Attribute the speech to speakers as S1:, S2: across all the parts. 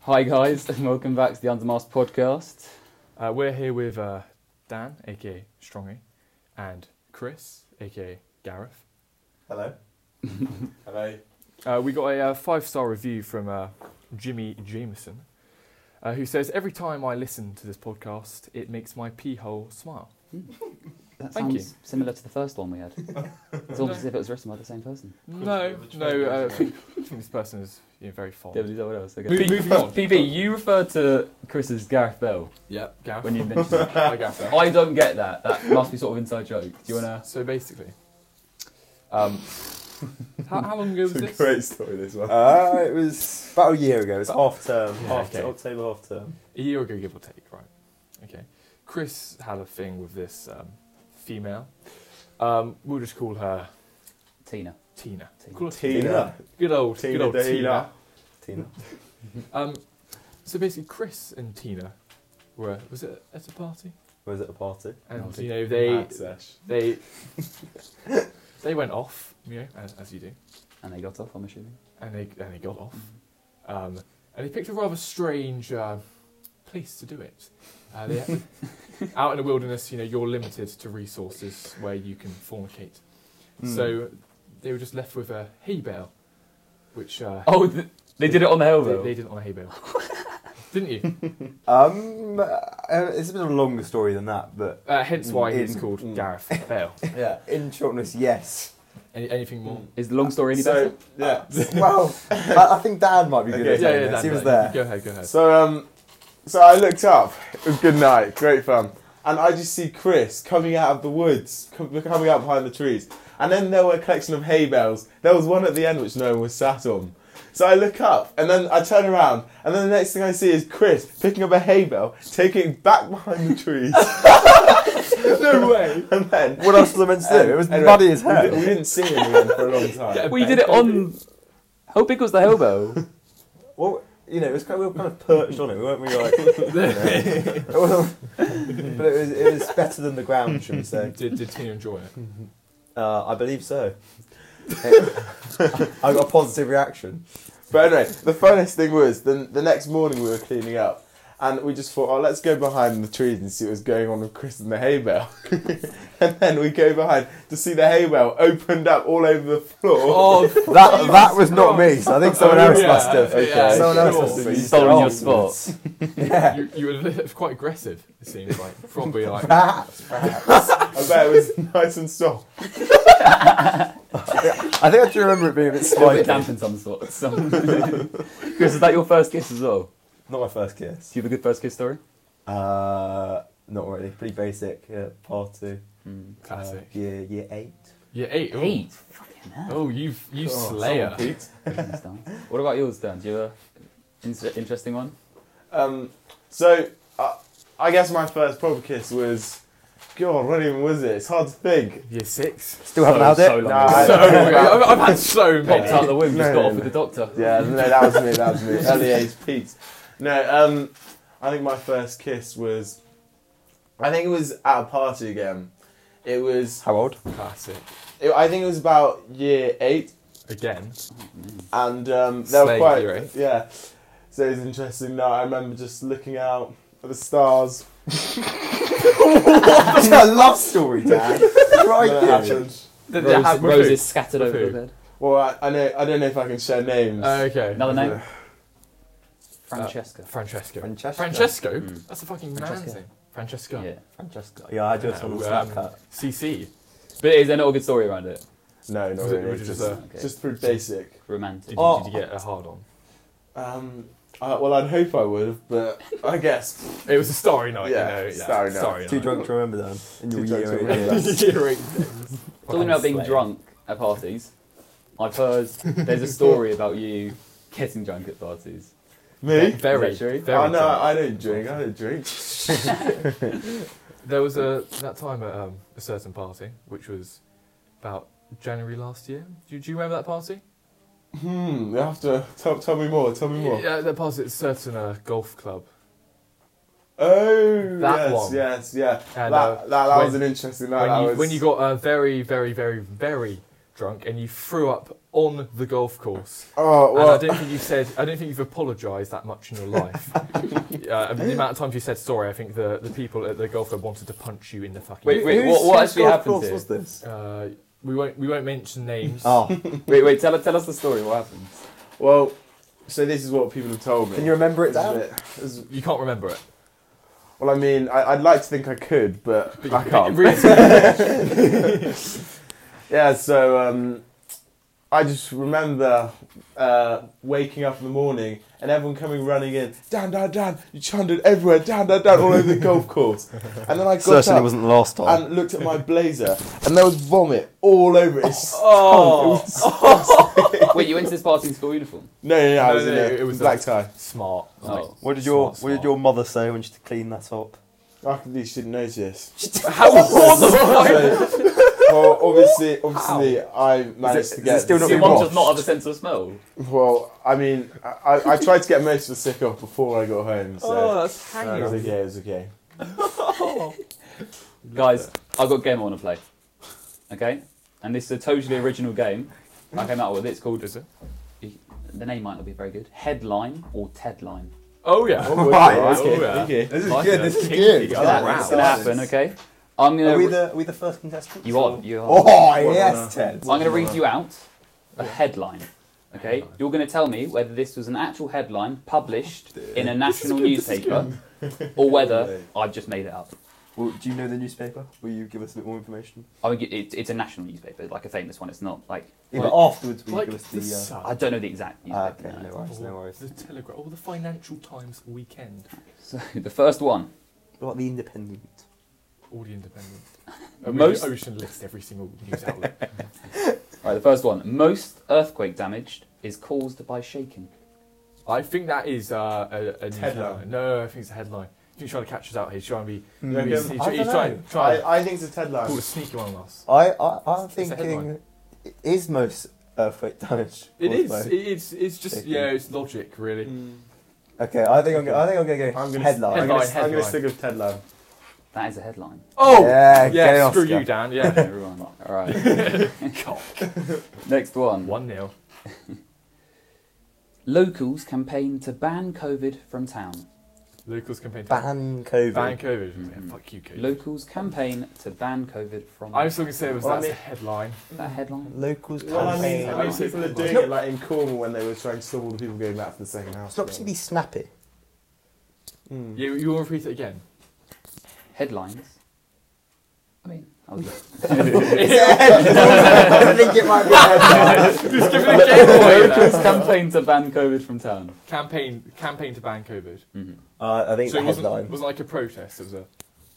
S1: Hi guys, and welcome back to the Undermask podcast.
S2: Uh, we're here with uh, Dan, aka Strongy, and Chris, aka Gareth.
S3: Hello. Hello.
S2: Uh, we got a uh, five star review from uh, Jimmy Jameson, uh, who says, Every time I listen to this podcast, it makes my pee hole smile.
S1: That
S2: Thank you.
S1: sounds similar to the first one we had. It's almost as if it was written by the same person.
S2: No,
S3: Which
S2: no,
S3: one
S2: uh, I
S3: is
S2: think I think this person is you know, very fond.
S1: what else? Okay.
S2: Moving- moving on.
S1: PB, you referred to Chris as Gareth Bell
S2: Yep, Gareth.
S1: when you mentioned.
S2: Hi, Gareth.
S1: I don't get that. That must be sort of inside joke. Do you wanna?
S2: So basically, um, how, how long ago was this?
S3: story this one. Uh, it was about a year ago. It was half term, half
S2: okay.
S3: October half term.
S2: A year ago, give or take, right? Okay. Chris had a thing with this um, female. Um, we'll just call her
S1: Tina.
S2: Tina.
S1: Tina.
S2: Call her Good old Tina. Good old Tina.
S3: Tina.
S2: Um, so basically, Chris and Tina were was it at a party?
S3: Was at a party?
S2: And
S1: Oh,
S2: you know they
S3: Mad sesh.
S2: they they went off, you know, as, as you do,
S1: And they got off, I'm assuming.
S2: and they and they got off, um, and they picked a rather strange uh, place to do it. Uh, they had- out in the wilderness, you know, you're limited to resources where you can fornicate.
S3: Hmm.
S2: So they were just left with a hay bale, which uh,
S1: Oh, th- they did it on the hill
S2: they,
S1: though.
S2: they didn't want a hay bale, didn't you?
S3: Um, uh, it's a bit of a longer story than that, but
S2: Uh, hence why he's
S3: Mm.
S2: called
S3: Mm.
S2: Gareth Bale.
S3: yeah, in shortness, yes.
S2: Any, anything more?
S3: Mm.
S1: Is the long story any
S4: so,
S1: better?
S4: yeah.
S3: well, I, I think Dan might be good
S4: Ah. Okay.
S3: at telling this.
S2: Dan,
S3: He was
S2: Dan,
S3: there.
S2: Go ahead, go ahead.
S4: So, um, so I looked up. It was good night, great fun, and I just see Chris coming out of the woods, com- coming out behind the trees, and then there were a collection of hay bales. There was one at the end which no one was sat on. So I look up, and then I turn around, and then the next thing I see is Chris picking up a hay bale, taking it back behind the trees,
S2: no way.
S4: and then
S3: What else was I meant to do? It was
S4: Anyway,
S3: muddy as
S4: we,
S3: hell.
S4: di- we didn't see him again for a long time.
S2: Yeah,
S1: We did it on. How big was the hill though?
S3: Well, you know, it was kind of, we were kind of perched on it, weren't we? Like, you know. It wasn't- but it was, it was better than the ground, should we say?
S2: Did, did Tina enjoy it?
S3: Uh, I believe so. I got a positive reaction.
S4: But anyway, the funniest thing was the, the next morning we were cleaning up and we just thought, oh, let's go behind the trees and see what was going on with Chris and the hay bale. and then we go behind to see the hay bale opened up all over the floor.
S3: Oh, That that was not me. So I think someone
S2: Oh,
S3: else
S2: yeah,
S3: must have.
S2: yeah,
S3: someone else
S2: sure.
S3: must have.
S4: You
S3: used
S1: Stolen
S3: their
S1: your
S3: arms.
S1: spot.
S3: Yeah.
S2: you, you were quite aggressive. It seems like probably like
S3: Perhaps.
S4: I bet it was nice and soft.
S3: I think I do remember it being a bit
S1: Well, it
S3: spiky.
S1: dampened some sort. Some... Chris, is that your first kiss as well?
S3: Not my first kiss.
S1: Do you have a good first kiss story?
S3: Uh, not really. Pretty basic. Yeah, party.
S1: Mm.
S3: Uh,
S2: classic.
S3: year year eight.
S2: Oh. Yeah, eight. ooh.
S1: Eight. Fucking hell.
S2: Oh, you you
S3: Oh,
S2: slayer.
S1: Business done. what about yours, Dan? Do you have an in- interesting one?
S4: Um, so, uh, I guess my first proper kiss was. God, what even was it? It's hard to think.
S2: Year six.
S3: Still haven't had it.
S1: so long.
S4: Nah,
S2: So
S4: I-
S2: I've, I've had so
S1: Popped
S2: many.
S1: out the womb, just
S4: No,
S1: got
S4: no,
S1: off with
S4: no.
S1: the doctor.
S4: Yeah, no, that was me. That was me. Early age Pete. No, um, I think my first kiss was. I think it was at a party again. It was.
S3: How old?
S2: Classic.
S4: It, I think it was about year eight,
S2: Again.
S4: and um, they were
S2: Slay
S4: quite.
S2: year eight.
S4: Yeah. So it was interesting. Now I remember just looking out at the stars.
S3: That's a love story, Dad.
S4: when it
S3: Right here.
S4: happened.
S2: Did
S1: Rose-
S2: it have
S1: roses
S2: roses?
S1: scattered
S2: With
S1: over
S2: who?
S1: the bed.
S4: Well, I, I know. I don't know if I can share names.
S2: Oh, Okay.
S1: Another name?
S2: Uh,
S1: Francesca.
S2: Francesco.
S3: Francesco.
S2: Francesco?
S1: Mm.
S2: That's a fucking
S1: Francesco.
S2: man's name. Francesco.
S1: yeah.
S3: Francesco. Yeah, I do have someone
S2: Yeah, um,
S3: Snapchat.
S2: CC.
S1: But is there not a good story around it?
S4: No, not
S2: Was it-
S4: really.
S2: was it
S4: just, uh,
S2: just
S4: just,
S2: a-
S1: Okay.
S4: pretty basic.
S2: Did
S1: romantic.
S2: you,
S3: Oh.
S2: did you get a hard on?
S4: Um, I, well, I'd hope I would, have, but I guess
S2: It was a starry night,
S4: Yeah,
S2: you know. Yeah,
S4: starry night.
S3: Too drunk to remember them. In your
S4: Too drunk to
S3: year eight.
S4: remember.
S2: Year eight.
S1: Talking about being drunk at parties, I've heard there's a story about you getting drunk at parties.
S4: me.
S2: Very,
S1: Is that true?
S2: very.
S4: Oh no,
S2: drunk.
S4: I don't drink. I don't drink.
S2: There was a that time at um, a certain party, which was about January last year. Do, you- do you remember that party?
S4: Hmm. You have to tell, tell me more. Tell me more.
S2: Yeah, that party at a certain uh, golf club.
S4: Oh,
S2: That
S4: yes,
S2: one.
S4: yes, yeah.
S2: And,
S4: that
S2: uh,
S4: that, that was
S2: when-
S4: an interesting night.
S2: When
S4: that
S2: you,
S4: was,
S2: when you got uh, very, very, very, very drunk and you threw up on the golf course.
S4: Oh
S2: And I
S4: well,
S2: don't think you said. I don't think you've apologised that much in your life. uh, the amount of times you said sorry, I think the, the people at the golf club wanted to punch you in the fucking.
S1: Wait, wait,
S5: Whose-
S1: what- what
S5: whose
S1: actually
S5: golf
S1: happened
S5: course
S1: here?
S5: was this?
S2: Uh, we won't. We won't mention names.
S5: Oh,
S1: Wait, wait, tell, tell us the story, what happened?
S4: well. So this is what people have told me.
S5: can you remember it,
S4: This is
S5: Dan?
S4: it. This is-
S2: You can't remember it.
S4: well, I mean, I, I'd like to think I could, but,
S2: But you-
S4: I can't.
S2: Really,
S4: Yeah, so um, I just remember uh, waking up in the morning and everyone coming running in, Dan, Dan, Dan, you chanted everywhere, Dan, Dan, Dan, all over the golf course. And then I got
S3: Certainly
S4: up
S3: wasn't the last time.
S4: and looked at my blazer, and there was vomit all over it. It stunk. It
S1: Oh,
S4: was-
S1: wait, you went to this party in school uniform?
S4: no, no, no, I
S2: No,
S4: was in
S2: no,
S4: a
S2: it was
S4: black
S2: a-
S4: tie.
S2: smart.
S1: Oh.
S3: What did your
S2: Smart,
S3: What did
S2: smart.
S3: your mother say when she had to clean that up?
S4: I at least didn't notice.
S1: How was
S4: So, well, obviously, obviously, I managed to
S3: is
S4: get
S3: it still
S4: the
S3: not been
S4: sick
S1: One
S4: off.
S1: does not have a sense of smell.
S4: Well, I mean, I, I- I tried to get most of the sick off before I got home, so.
S2: Oh, that's
S4: No, it was okay, it was okay.
S1: Guys, I've got a game I want to play. Okay? And this is a totally original game I came out with. It's called.
S2: Is it?
S1: The name might not be very good. Headline or Tedline.
S2: Oh yeah.
S4: Oh,
S3: Right,
S4: okay,
S2: okay,
S4: okay.
S3: okay.
S5: This is
S2: Like
S5: good.
S2: it.
S5: This is
S2: Kinky
S5: good.
S2: guy.
S1: It's gonna happen,
S5: wow.
S1: it's gonna happen, okay? I'm gonna.
S3: Are we
S1: re-
S3: the Are we the first contestant?
S1: you are. You are.
S5: Oh yes, Ted.
S1: I'm going to read you out a headline. Okay, you're going to tell me whether this was an actual headline
S3: Oh,
S1: published in a national newspaper, or whether I've just made it up.
S3: Well, do you know the newspaper? Will you give us a bit more information?
S1: I mean, it, it's a national newspaper, like a famous one. It's not like
S3: Yeah,
S1: Well,
S3: but afterwards, will
S2: Like
S3: you
S2: the,
S3: give us the? Uh,
S2: sun.
S1: I don't know the exact
S3: ah,
S1: newspaper.
S3: okay,
S1: no.
S3: no worries, no worries.
S2: The Telegraph, or the Financial Times Weekend,
S1: So the first one.
S3: Like the Independent.
S2: or the Independent.
S1: Most-
S2: Most ocean list every single news outlet.
S1: All right, the first one. Most earthquake damage is caused by shaking.
S2: I think that is uh, a, a news
S4: Headline.
S2: headline. No, I think it's a headline. I think he's trying to catch us out here. He's trying to be.
S3: Hmm.
S4: You reckon?
S2: He's, he's,
S5: I
S2: he's
S5: dunno.
S2: trying, trying to
S4: I, I think it's a Ted
S2: pull a
S4: Lasso.
S2: sneaky one on us.
S3: I, I I'm
S2: It's- it's a
S3: thinking,
S2: headline.
S3: it is most earthquake damage.
S2: It is.
S3: caused by-
S2: It's it's just
S3: Shaking.
S2: yeah. It's logic really.
S4: Hmm.
S3: Okay, I think I'm. Gonna, I think I'm gonna go
S4: I'm
S3: headline.
S4: gonna- I'm
S2: Headline,
S4: gonna, I'm gonna
S2: headline.
S4: stick with Ted Lasso.
S1: That is a headline.
S2: Oh
S3: Yeah, get
S2: yeah.
S3: off,
S2: Screw
S3: Scott.
S2: you, Dan. Yeah.
S1: Everyone. All right. Next one.
S2: one 0
S1: Locals campaign to ban COVID from town.
S2: Locals campaign.
S3: Ban COVID.
S2: Ban COVID.
S1: Mhm.
S2: Yeah, fuck you, COVID.
S1: Locals campaign to ban COVID from.
S2: I was going to say it was
S4: Well, I
S2: that's
S4: mean-
S2: a headline.
S1: that headline.
S3: Locals
S4: Well, I mean,
S3: campaign.
S4: I mean, people are doing it like in Cornwall when they were trying to stop all the people going back to the second house.
S3: It's not particularly snappy.
S4: Mm.
S2: You you want to repeat it again?
S1: Headlines. I mean, I was
S5: I think it might be Ted.
S2: Just give it a giveaway. then.
S1: locals campaign to ban COVID from town.
S2: campaign campaign to ban COVID.
S1: Mhm.
S3: Uh, I think
S2: So
S3: the
S2: it wasn't
S3: headline.
S2: wasn't like a protest. It was a it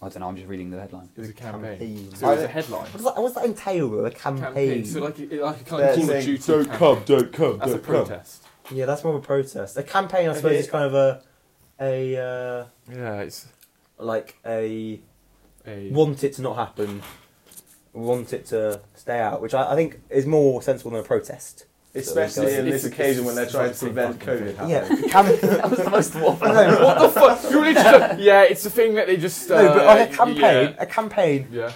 S1: I don't know. I'm just reading the headline.
S2: was a campaign.
S3: campaign.
S2: So it was a headline.
S3: What does that, what's that entail? though? A campaign.
S2: Campaign. So like a- like a kind
S4: They're
S2: of Call of
S4: saying,
S2: Duty.
S4: don't
S2: campaign.
S4: come, don't come,
S2: That's a
S4: don't come.
S2: protest.
S3: Yeah, that's more of a protest. A campaign, I suppose,
S4: Okay.
S3: is kind of a a uh,
S2: Yeah, it's
S3: like a
S2: a
S3: want it to not happen, want it to stay out, which I, I think is more sensible than a protest.
S4: Especially in this
S2: It's-
S4: occasion when they're
S2: it's
S4: trying to
S2: fucking
S4: prevent
S2: fucking
S4: COVID
S3: Yeah,
S4: happening.
S3: cam-
S1: That was the most waffle.
S2: what the fuck? You really just yeah, it's a thing that they just. Uh,
S3: no, but like a campaign, a campaign
S2: Yeah.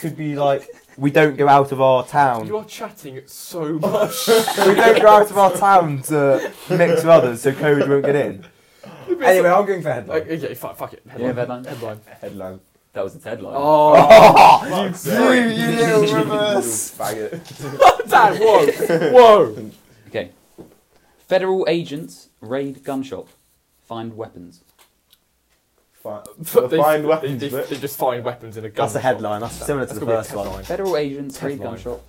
S3: could be like we don't go out of our
S2: yeah.
S3: town.
S2: You are chatting so much.
S3: we don't go out of our town to mix with others, so COVID won't get in.
S5: anyway, I'm going for headline.
S2: like, okay, fuck, fuck it.
S1: Yeah, headline.
S2: Headline.
S4: Headline.
S1: That was the headline.
S2: Oh,
S4: Fuck's
S3: You,
S4: sake.
S3: you little reverse.
S4: Faggot.
S2: Dan, whoa, whoa.
S1: Okay. Federal agents raid gun shop, find weapons.
S4: Fi-
S2: They- they-
S4: Find weapons,
S2: They,
S4: but-
S2: they just find weapons in a gun.
S3: That's a
S2: shop.
S3: headline. That's similar to
S2: That's
S3: the
S2: gonna be a
S3: first one.
S1: Federal agents raid gun
S2: Headline.
S1: shop,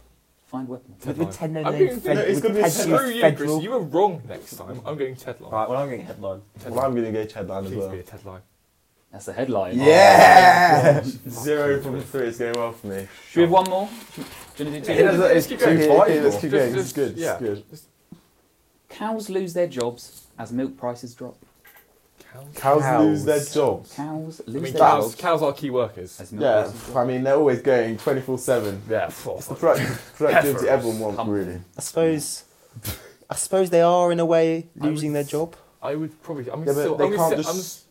S1: find weapons.
S3: With
S2: Headline.
S3: Nintendo
S2: I'm
S3: name
S2: going-
S3: Fed-
S4: no, it's
S3: with
S4: gonna be a
S3: Ted
S4: headline.
S3: Name
S2: Screw you, Ah,
S3: Federal.
S2: Chris. You were wrong next time. I'm going Tedline.
S3: Right, well, I'm getting headline.
S4: Well, I'm going to go headline as
S2: Please
S4: well.
S2: be a Tedline.
S1: That's the headline.
S3: Yeah!
S4: Zero from three is going well for me.
S1: Should we have one more? Do you want to do two?
S2: Yeah, let's- let's keep going.
S4: Okay, okay, Let's keep
S2: Just-
S4: going. It's
S2: just-
S4: good. It's
S2: yeah.
S4: good.
S1: Cows lose their jobs as milk prices drop.
S4: Cows,
S3: Cows.
S4: lose their jobs.
S1: Cows lose
S2: I mean,
S1: their
S2: cows,
S1: jobs
S2: cows are key workers.
S1: as milk
S4: Yeah,
S1: prices
S4: I
S1: drop.
S4: mean they're always going 24/7.
S2: Yeah, fuck.
S4: It's the product- productivity
S2: Heifers.
S4: everyone wants,
S1: Come.
S4: really.
S3: I suppose. I suppose they are in a way
S2: I would-
S3: losing their job.
S2: I would probably. I'm
S4: Yeah, but
S2: still,
S4: they
S2: I'm
S4: can't
S2: gonna say-
S4: just.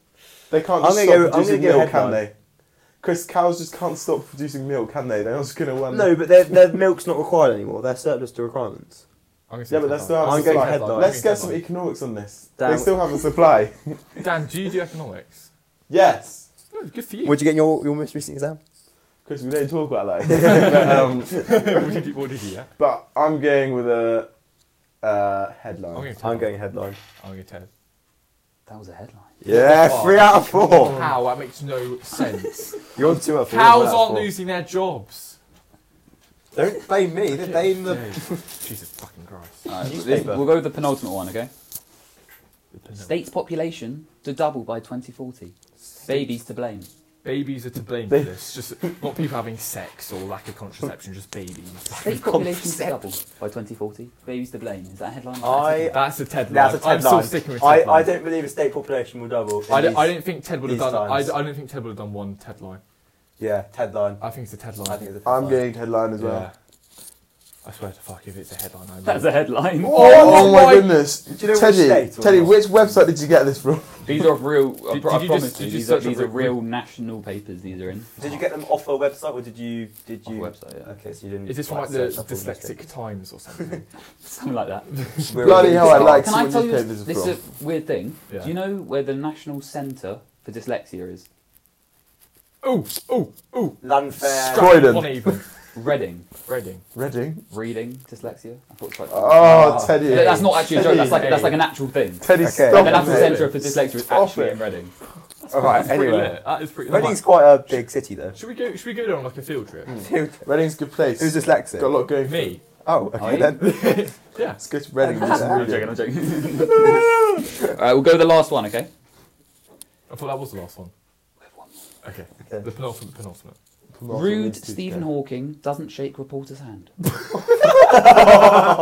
S4: They can't
S3: I'm
S4: just
S3: gonna
S4: stop
S3: go- I'm
S4: producing
S3: gonna go
S4: milk, can
S3: headline.
S4: they? Chris, cows just can't stop producing milk, can they? They're not just going to run.
S3: No, but their, their milk's not required anymore. They're surplus to requirements.
S2: I'm gonna say
S4: Yeah, but that's still
S2: headline.
S4: have
S3: I'm
S4: a
S3: going
S4: supply.
S3: headline.
S4: Let's
S2: I'm
S4: get
S2: going
S4: some
S2: headline.
S4: economics on this.
S3: Damn.
S4: They still have a supply.
S2: Dan, do you do economics?
S4: yes.
S2: Oh, Good for you.
S3: Where'd you get your, your most recent exam?
S4: Chris, we don't talk about that. but, um,
S2: what did you, what did you get?
S4: but I'm going with a uh, headline.
S2: I'm going to
S3: I'm going headline.
S2: I'm going to Oh, Ted.
S1: That was a headline.
S4: Yeah,
S3: Three out of four.
S2: How? That makes no sense.
S3: You're on two out of four.
S2: Cows aren't losing their jobs.
S3: Don't blame me. They blame the.
S2: Jesus fucking Christ.
S1: All right, this,
S3: Newspaper.
S1: we'll go with the penultimate one, okay? States population to double by 2040. Babies to blame.
S2: Babies are to blame for this. Just not people having sex or lack of contraception, just babies.
S1: States population to double by 2040. Babies to blame. Is that a headline?
S3: I.
S2: That's a Ted
S3: That's a
S2: line.
S3: Ted
S2: I'm still
S3: line.
S2: sticking with
S3: I,
S2: Ted line.
S3: I don't believe a state population will double. in
S2: I don't,
S3: these-
S2: I don't think Ted would have
S3: these
S2: done. I, I
S3: times.
S2: don't think Ted would have done one Ted line.
S3: Yeah, Ted line.
S2: I think it's a Ted line.
S3: I think it's a
S4: I'm
S3: headline.
S4: getting headline as well.
S2: Yeah. I swear to fuck if it's a headline. I
S1: That's a headline.
S4: Oh,
S2: Oh
S4: my,
S2: my-
S4: goodness.
S3: you know which
S4: Teddy,
S3: state or
S4: Teddy,
S3: not?
S4: which website did you get this from?
S1: These are real. I,
S2: Did-
S1: pro-
S2: did
S1: I
S2: you
S1: promise
S2: just- did
S1: you,
S2: you
S1: these are,
S2: search
S1: these
S2: up
S1: are
S2: real-
S1: real national papers. These are in
S3: Did you get them off a website or did you did
S1: Off
S3: you?
S1: website, yeah.
S3: Okay, so you didn't.
S2: Is this from like the
S3: search up all these
S2: Dyslexic Times or something?
S1: something like that.
S3: things?
S4: Bloody hell, I
S1: Can
S4: like
S1: I
S4: seeing
S1: tell you
S4: newspapers
S1: this,
S4: are
S1: this
S4: from.
S1: is a weird thing?
S2: Yeah.
S1: Do you know where the National Centre for Dyslexia is?
S2: oh, oh, oh.
S3: Landfair.
S4: Scroll- Croydon.
S2: One even.
S1: Reading,
S2: Reading.
S4: Reading.
S1: reading dyslexia. I thought it's like
S3: Ah.
S4: Oh, Teddy.
S1: Th- that's not actually a joke. That's like that's like an actual thing.
S4: Teddy,
S3: Okay.
S4: stop
S1: The
S4: it.
S1: National
S2: it.
S1: Centre for Dyslexia is
S4: Stop
S1: actually
S4: it.
S1: in Reading.
S3: All right.
S2: Pretty
S3: Anyway,
S2: lit. That is pretty.
S3: Reading's Mm. quite a big city though.
S2: Should we go? Should we go on like a field trip?
S4: Reading's a good place.
S3: Who's
S4: Got a
S3: dyslexic?
S4: lot going for it.
S2: Me.
S3: Oh, okay
S1: I-
S3: then.
S2: Yeah.
S4: Let's go to Reading. and do some
S1: I'm
S4: reading.
S1: joking. I'm joking. All right, we'll go with the last one. Okay.
S2: I thought that was the last one.
S1: one
S2: Okay.
S3: Okay.
S2: The penultimate. Penultimate.
S4: Come on,
S1: Rude
S4: let's do
S1: Stephen
S4: that.
S1: Hawking doesn't shake reporter's hand.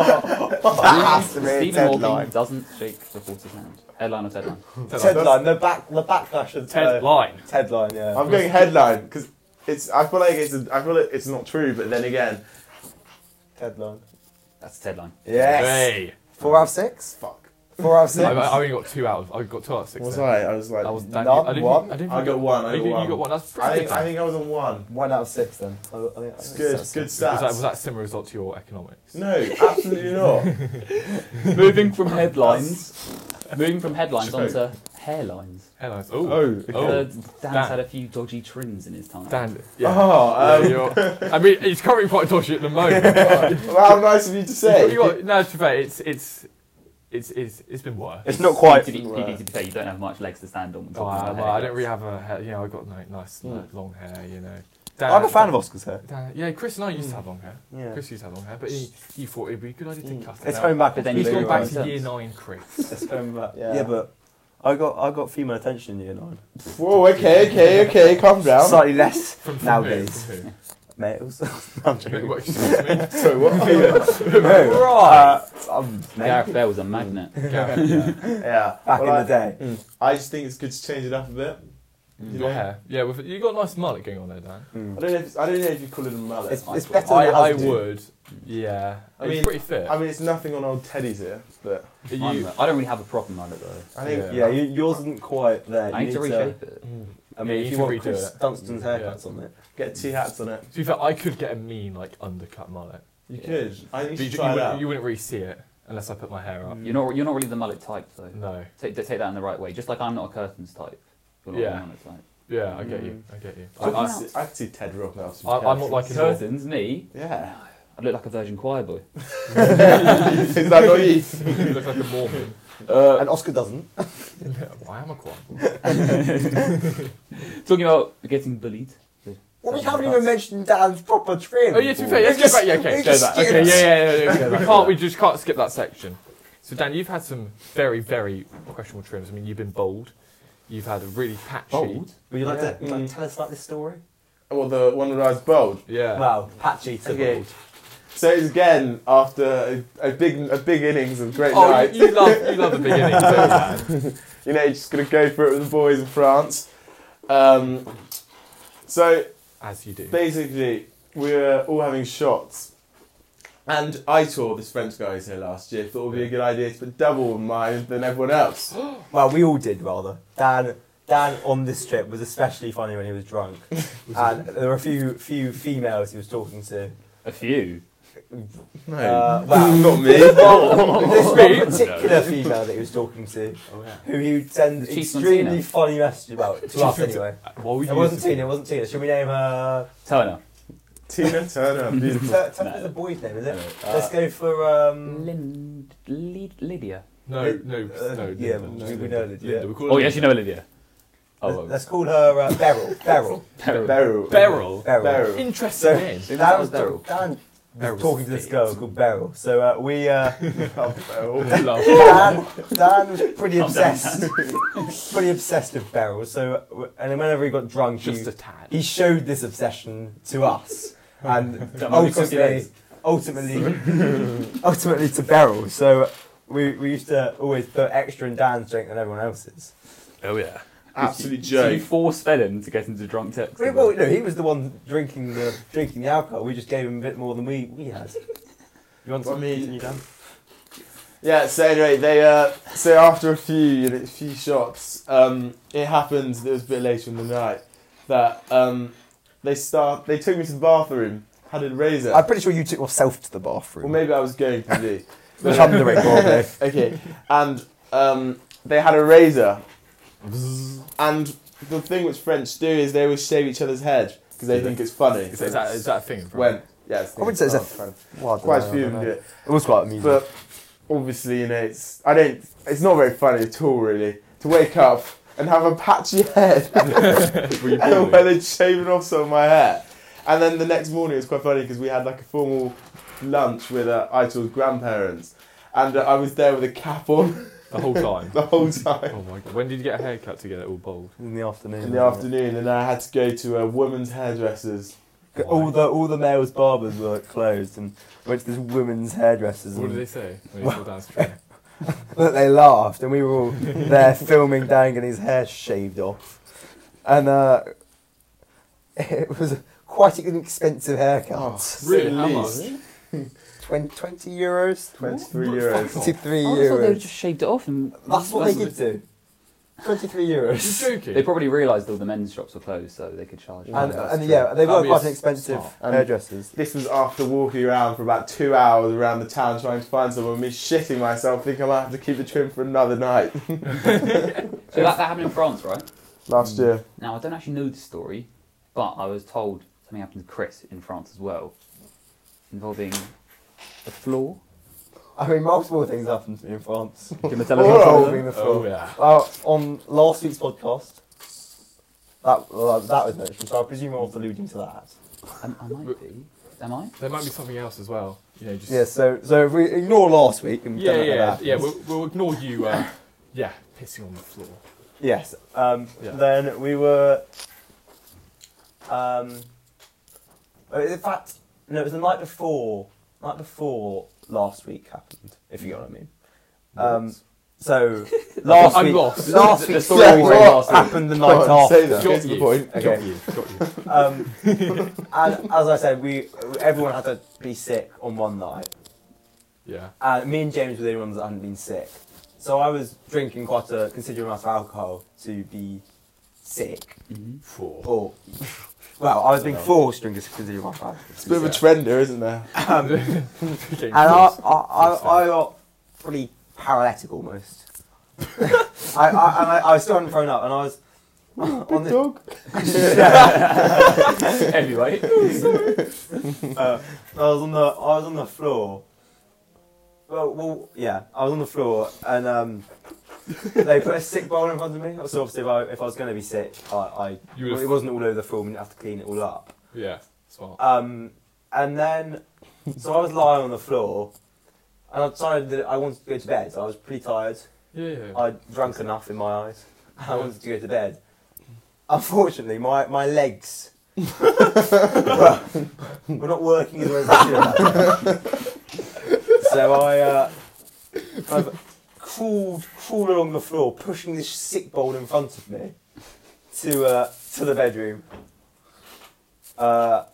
S3: has to be a
S1: Stephen
S3: deadline.
S1: Hawking doesn't shake reporter's hand. Headline of headline.
S3: Ted line. The back. The backlash of
S2: Ted
S3: uh,
S2: line.
S3: Ted line. Yeah.
S4: I'm going headline because it's. I feel like it's. A, I feel like it's not true, but then again,
S3: Ted line.
S1: That's the headline.
S3: Yes.
S2: Hey.
S3: Four out of six.
S4: fuck.
S3: Four out of
S2: I,
S3: six.
S2: I only got two out of. I got two out of six.
S4: Was
S2: then.
S4: I? I was like.
S1: That was
S2: Dan,
S3: None,
S2: I didn't-
S3: one.
S2: I, didn't
S4: I
S2: think-
S4: got one, I got
S2: you- you
S4: one.
S2: got one. That's
S4: I
S2: pretty
S4: think,
S2: good.
S4: I think I was on one.
S3: One out of six then. I, I think, I
S4: It's
S3: think
S4: good.
S3: that's
S4: Good
S3: it.
S2: was, that, was
S4: stats.
S2: that similar result to your economics?
S4: No, absolutely not.
S1: Moving from headlines, moving from headlines onto hairlines.
S2: Headlines.
S4: Oh,
S2: Oh.
S4: okay.
S1: Uh,
S2: Oh.
S1: Dan's
S2: Dan.
S1: had a few dodgy trims in his time.
S2: Dan. Yeah.
S4: Oh, um,
S2: Yeah, you're- I mean, it's currently quite dodgy at the moment.
S4: well, how nice of you to say.
S2: You got- no, to be fair, it's it's it's it's it's been worse.
S3: It's not
S1: To
S3: quite.
S1: be, to be- to be fair, you don't have much legs to stand on. when
S2: Oh,
S1: talking
S2: I,
S1: about
S2: well, I
S1: haircuts.
S2: don't really have a hair, you know. I got like, nice like, long hair, you know. Dan-
S3: I'm a fan of Oscar's hair.
S2: Dan- yeah, Chris and I used to have long hair.
S3: Yeah. Hmm. Mm.
S2: Chris used to have long hair, but he, he thought it'd be a good idea to cut it.
S3: It's
S2: out.
S3: home back.
S1: But then
S2: He's
S1: you
S2: gone
S1: go
S2: back
S1: right.
S2: to year nine, Chris.
S3: It's home back.
S4: Yeah.
S3: Yeah. but I got I got female attention in year nine.
S4: Whoa, okay, okay, okay, calm down.
S3: Slightly less
S2: From, from
S3: nowadays.
S2: Who? From
S3: males. I'm
S2: who?
S3: joking.
S2: What, excuse me?
S4: Sorry, what?
S3: No.
S2: right.
S3: Uh, I'm
S1: Gareth Bale was a magnet.
S2: Gareth,
S4: yeah.
S3: back
S4: Well,
S3: in the day.
S4: Mm. I just think it's good to change it up a bit. You
S2: your
S4: know?
S2: hair. Mm. Yeah, with, you got a nice mullet going on there, Dan.
S4: I don't know. If it's, I don't know if you call it a mullet.
S3: It's,
S4: I,
S3: it's better
S2: I,
S3: than
S2: I
S3: I, do.
S2: would. Yeah,
S4: I
S2: it's
S4: mean,
S2: pretty fit.
S4: I mean, it's nothing on old Teddy's here, but
S2: Are you-
S1: Mine- I don't really have a proper mullet though.
S4: I think.
S3: Yeah, you, yours isn't quite there.
S1: I
S3: You
S1: need to reshape it.
S3: I
S2: Yeah,
S3: mean,
S2: you
S3: if
S2: need
S3: you
S2: to
S3: want
S2: redo
S3: Chris
S2: it.
S3: Dunstan's
S2: Yeah.
S3: haircuts on it.
S4: Get two hats on it.
S2: to be fair, I could get a mean like undercut mullet.
S4: You
S1: Yeah.
S4: could. I
S2: But
S4: think you
S2: you,
S4: should
S2: you,
S4: try it
S2: wouldn't,
S4: out. Mm.
S2: you wouldn't really see it unless I put my hair up.
S1: You're not. You're not really the mullet type though.
S2: No.
S1: Take, take that in the right way. Just like I'm not a curtains type. You're not
S2: Yeah.
S1: a mullet type.
S2: Yeah, I get
S4: Mm.
S2: you. I get you. I,
S4: I, could
S2: I,
S4: see, I could see Ted rocking out. some
S2: I, I'm not
S4: curtains.
S2: like a normal,
S1: Curtains, me.
S4: Yeah.
S1: I look like a virgin choir boy.
S4: Is that not you?
S2: you look like a Mormon.
S3: and Oscar doesn't.
S2: I am a quad.
S1: Talking about getting bullied.
S3: Well, we haven't even mentioned Dan's proper trim.
S2: Oh yeah, to be fair, yeah, go back. Yeah, okay,
S3: it's
S2: go
S3: just
S2: back. Okay,
S3: skin.
S2: yeah, yeah, yeah. yeah. we can't. We just can't skip that section. So Dan, you've had some very, very questionable trims. I mean, you've been bold. You've had a really patchy.
S1: Bold.
S3: Would you like
S4: Yeah.
S3: to like,
S4: Mm.
S3: tell us about this story?
S4: Well, the one where I was bald.
S2: Yeah.
S3: Wow, patchy to
S4: Okay.
S3: bald.
S4: So it was again after a, a big, a big innings of great
S2: Oh,
S4: night.
S2: you, you love, you love the beginning. don't you, Dan?
S4: you know, you're just gonna go for it with the boys in France. Um, so
S2: As you do.
S4: basically, we were all having shots, and I saw this French guy who's here last year. Thought it would be a good idea to put double mine than everyone else.
S3: Well, we all did rather. Dan Dan on this trip was especially funny when he was drunk, and there were a few few females he was talking to.
S1: A few.
S4: No,
S3: Uh, well,
S4: not me.
S3: this
S1: No.
S3: one particular female that he was talking to,
S2: Oh yeah.
S3: who he would send
S1: Cheating
S3: extremely
S1: Tina.
S3: funny messages about to us anyway.
S2: Uh, What were you?
S3: It wasn't Tina. It wasn't Tina. Should we name her?
S1: Turner.
S4: Tina Turner,
S3: T-
S4: beautiful.
S3: T-
S1: No.
S3: the boy's name, is
S1: Uh,
S3: it? Let's go for um.
S1: Lind, Lid- Lydia.
S2: No,
S3: Lid-
S2: no,
S3: uh,
S2: no.
S3: yeah,
S2: no,
S3: we-
S2: no,
S3: we
S2: no.
S3: know Lydia.
S2: We call her
S1: Oh, yes, you
S2: Lydia.
S1: know Lydia.
S3: let's-
S1: Oh, well,
S3: Let's call her uh, Beryl. Beryl.
S1: Beryl.
S4: Beryl.
S2: Beryl.
S3: Beryl.
S4: Beryl.
S2: Interesting
S3: So-
S2: name.
S1: Who
S3: Dan
S1: was
S3: was
S1: Beryl?
S3: Dan
S2: Beryl's
S3: was talking to this
S2: fit.
S3: girl called Beryl. So uh, we. Uh,
S4: Oh, Beryl.
S2: Love.
S3: Dan, Dan was pretty
S1: Calm down,
S3: obsessed, pretty obsessed with Beryl. So, uh, and then whenever he got drunk, he,
S2: Just a tad.
S3: he showed this obsession to us, and
S1: Don't worry, it's just your
S3: ultimately,
S1: legs.
S3: ultimately, ultimately to Beryl. So, we, we used to always put extra in Dan's drink than everyone else's.
S2: Oh yeah.
S4: Absolute
S1: So you
S4: joke.
S1: force fed him to get into drunk text.
S3: We, well, no, he was the one drinking the drinking the alcohol. We just gave him a bit more than we, we had. You want
S4: Well, I
S3: some?
S4: mean-
S3: you Dan?
S4: Yeah, so anyway, they uh, so after a few you know, few shots, um, it happened. It was a bit later in the night that um, they start. They took me to the bathroom, had a razor.
S3: I'm pretty sure you took yourself to the bathroom.
S4: well, maybe I was going to do.
S3: Which I'm doing probably.
S4: okay, and um, they had a razor, and the thing which French do is they always shave each other's head because they think it's funny.
S2: Is that, is that a thing? Right?
S4: when yes,
S3: I wouldn't say it's a- Well, I don't
S4: quite
S3: know,
S4: a
S3: I
S4: few
S3: don't
S4: of them
S3: know.
S4: do it.
S3: It was quite amusing.
S4: But obviously, you know, it's I don't. It's not very funny at all, really, to wake up and have a patchy head and where they'd shaven off some of my hair. And then the next morning, it was quite funny because we had like a formal lunch with uh, Itel's grandparents, and uh, I was there with a cap on
S2: The whole time.
S4: the whole time.
S2: Oh my god. When did you get a haircut to get it all bold?
S3: in the afternoon.
S4: In the afternoon, and I had to go to a woman's hairdresser's.
S3: All the all the males' barbers were like, closed, and went to this women's hairdressers,
S2: What did they
S3: and
S2: say when you saw Dan's train?
S3: look, they laughed, and we were all there filming Dan getting his hair shaved off, and uh, it was quite an expensive haircut.
S2: Really?
S4: at
S2: How
S4: least
S2: much?
S3: 20, 20 euros,
S4: 23 euros.
S3: 23
S1: I thought they
S3: euros.
S1: just shaved it off and.
S3: That's what they did do. 23 euros.
S2: You're joking.
S1: They probably realised all the men's shops were closed, so they could charge.
S3: And,
S1: more.
S3: and yeah, they were
S2: That'd be
S3: quite
S2: a
S3: an expensive
S2: smart.
S4: And-
S3: hairdressers.
S4: This was after walking around for about two hours around the town trying to find someone, me shitting myself, think I might have to keep the trim for another night.
S1: so that, that happened in France, right?
S4: Last year.
S1: Now I don't actually know the story, but I was told something happened to Chris in France as well, involving the floor.
S3: I mean, multiple things happened to me in France.
S1: Give him a
S4: Oh.
S1: telephone.
S3: Being the
S2: Oh
S3: floor.
S2: yeah.
S3: Uh, on last week's podcast, that uh, that was mentioned, so I presume I was alluding to that.
S1: Am- I might be. Am I?
S2: There might be something else as well. You know, just
S3: Yeah, so so if we ignore last week and
S2: yeah,
S3: don't know
S2: yeah,
S3: what
S2: yeah.
S3: happens.
S2: We'll, we'll ignore you. Uh, yeah, pissing on the floor.
S3: yes. Um,
S2: Yeah.
S3: Then we were. Um, uh, in fact, no, it was the night before. Night before last week happened, if you know what I mean. Um, so last
S2: I'm
S3: week,
S2: lost.
S3: last
S1: The
S3: week's
S1: story
S3: story
S1: was last week.
S3: happened the
S4: Come
S3: night
S4: on,
S3: after.
S4: Say that.
S2: Got
S4: Get to the
S2: you.
S4: point.
S3: Okay.
S2: Got you. Got you.
S3: Um, and as I said, we everyone had to be sick on one night,
S2: Yeah.
S3: and me and James were the only ones that hadn't been sick. So I was drinking quite a considerable amount of alcohol to be sick,
S1: Mhm.
S2: Four.
S3: or well, I was being forced to drink a considerable amount of alcohol.
S4: It's a bit of a trender, isn't there?
S2: Fucking
S3: and I,
S2: gross.
S3: I, I, I got pretty paralytic almost. I, I, and I, I was still hadn't thrown up, and I was on this
S4: Dog.
S1: anyway,
S3: uh, I was on the I was on the floor. Well, well, yeah, I was on the floor, and um, they put a sick bowl in front of me. So obviously, if I, if I was going to be sick, I, I
S2: You would've-
S3: well, it wasn't all over the floor. We didn't have to clean it all up.
S2: yeah. Smart.
S3: Um, and then, so I was lying on the floor, and I decided that I wanted to go to bed. I was pretty tired.
S2: Yeah. yeah.
S3: I drank enough in my eyes. and I wanted to go to bed. Unfortunately, my, my legs were, were not working as well as they should have. done. so I uh, kind of crawled, crawled along the floor, pushing this sick bowl in front of me to, uh, to the bedroom. Uh,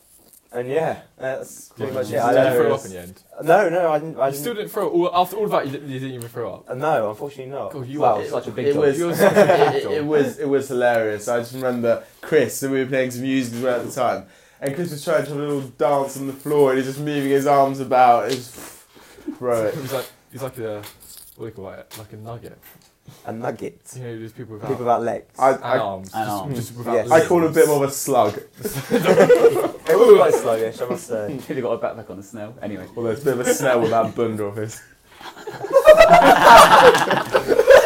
S3: And yeah, that's pretty much it.
S2: Did
S3: I
S2: you
S3: know
S2: throw up
S3: it
S2: in
S3: was-
S2: the end?
S3: No, no, I didn't. I
S2: You
S3: didn't.
S2: still didn't throw all, after all of that. You didn't, you didn't even throw up.
S3: Uh, No, unfortunately not.
S2: God, you
S3: well,
S2: are
S1: such a big
S4: It
S1: job.
S4: was,
S2: You're
S4: it,
S2: such a big
S4: it- it
S2: dog.
S4: was it was hilarious. I just remember Chris and we were playing some music as well at the time, and Chris was trying to have a little dance on the floor and he's just moving his arms about. It was, bro,
S2: He's like he's like a what do you call it? Like a nugget.
S3: a nugget.
S2: You know, there's people without
S3: People without legs.
S4: I,
S2: and
S4: I,
S2: arms.
S1: And
S2: just,
S1: arms.
S2: just without
S3: Yes.
S4: I
S2: limbs.
S4: call him a bit more of a slug.
S3: it was quite sluggish, I must say.
S1: Should have got a backpack on the snow. Anyway.
S4: Although it's a bit of a snare with that bundle of his.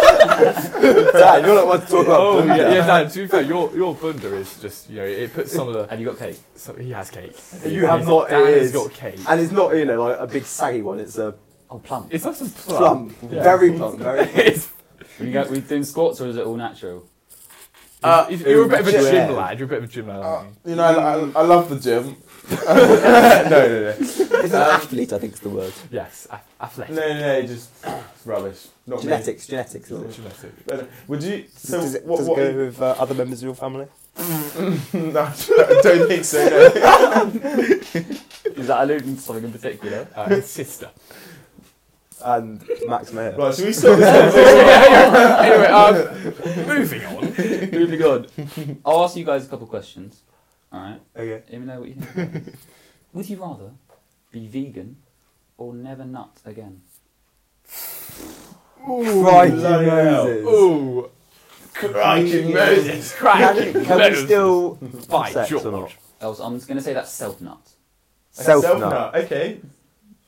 S3: Dan, you're not one to talk about
S2: Oh
S3: Buddha.
S2: yeah, yeah. Dan, to be fair, your your bunda is just you know it puts some of the.
S1: Have you got cake?
S2: So he has cake.
S3: You have
S2: He's-
S3: not, it
S2: Dan has
S3: is.
S2: got cake.
S3: And it's not, you know, like a big saggy one, it's a
S1: Oh, plum.
S2: It's like some plum.
S3: plump,
S2: Yeah.
S3: very plump, very
S2: it's,
S1: Were you, go, were you doing squats or is it all natural?
S4: Uh,
S2: you- you're a bit of a
S4: yeah.
S2: gym lad. You're a bit of a gym lad.
S4: Uh,
S2: aren't
S4: you know, I, I, I love the gym. no, no, no.
S3: It's an athlete, I think is the word.
S2: you? Yes, a- athletic.
S4: No, no, no, just it's rubbish. Not me.
S3: Genetics, genetics, isn't it?
S2: Genetic.
S4: But would you. So,
S3: does it,
S4: what,
S3: does it
S4: what
S3: go with uh, other members of your family?
S4: no, I don't think so. No.
S1: Is that alluding to something in particular?
S2: Uh, his sister.
S3: And Max Mayer.
S4: Right, should we stop this?
S2: anyway, um, moving on.
S1: Moving on. I'll ask you guys a couple of questions. Alright.
S3: Okay.
S1: Let me know what you think. Would you rather be vegan or never nut again?
S3: Crikey
S4: bloody hell.
S3: Moses.
S2: Ooh,
S4: Crikey Moses.
S3: Can,
S2: cracking.
S3: can we still
S2: By
S3: sex or
S2: George.
S3: not?
S1: I was, I'm just going to say that's self nut.
S3: Self
S4: Self
S3: nut.
S4: nut, Okay.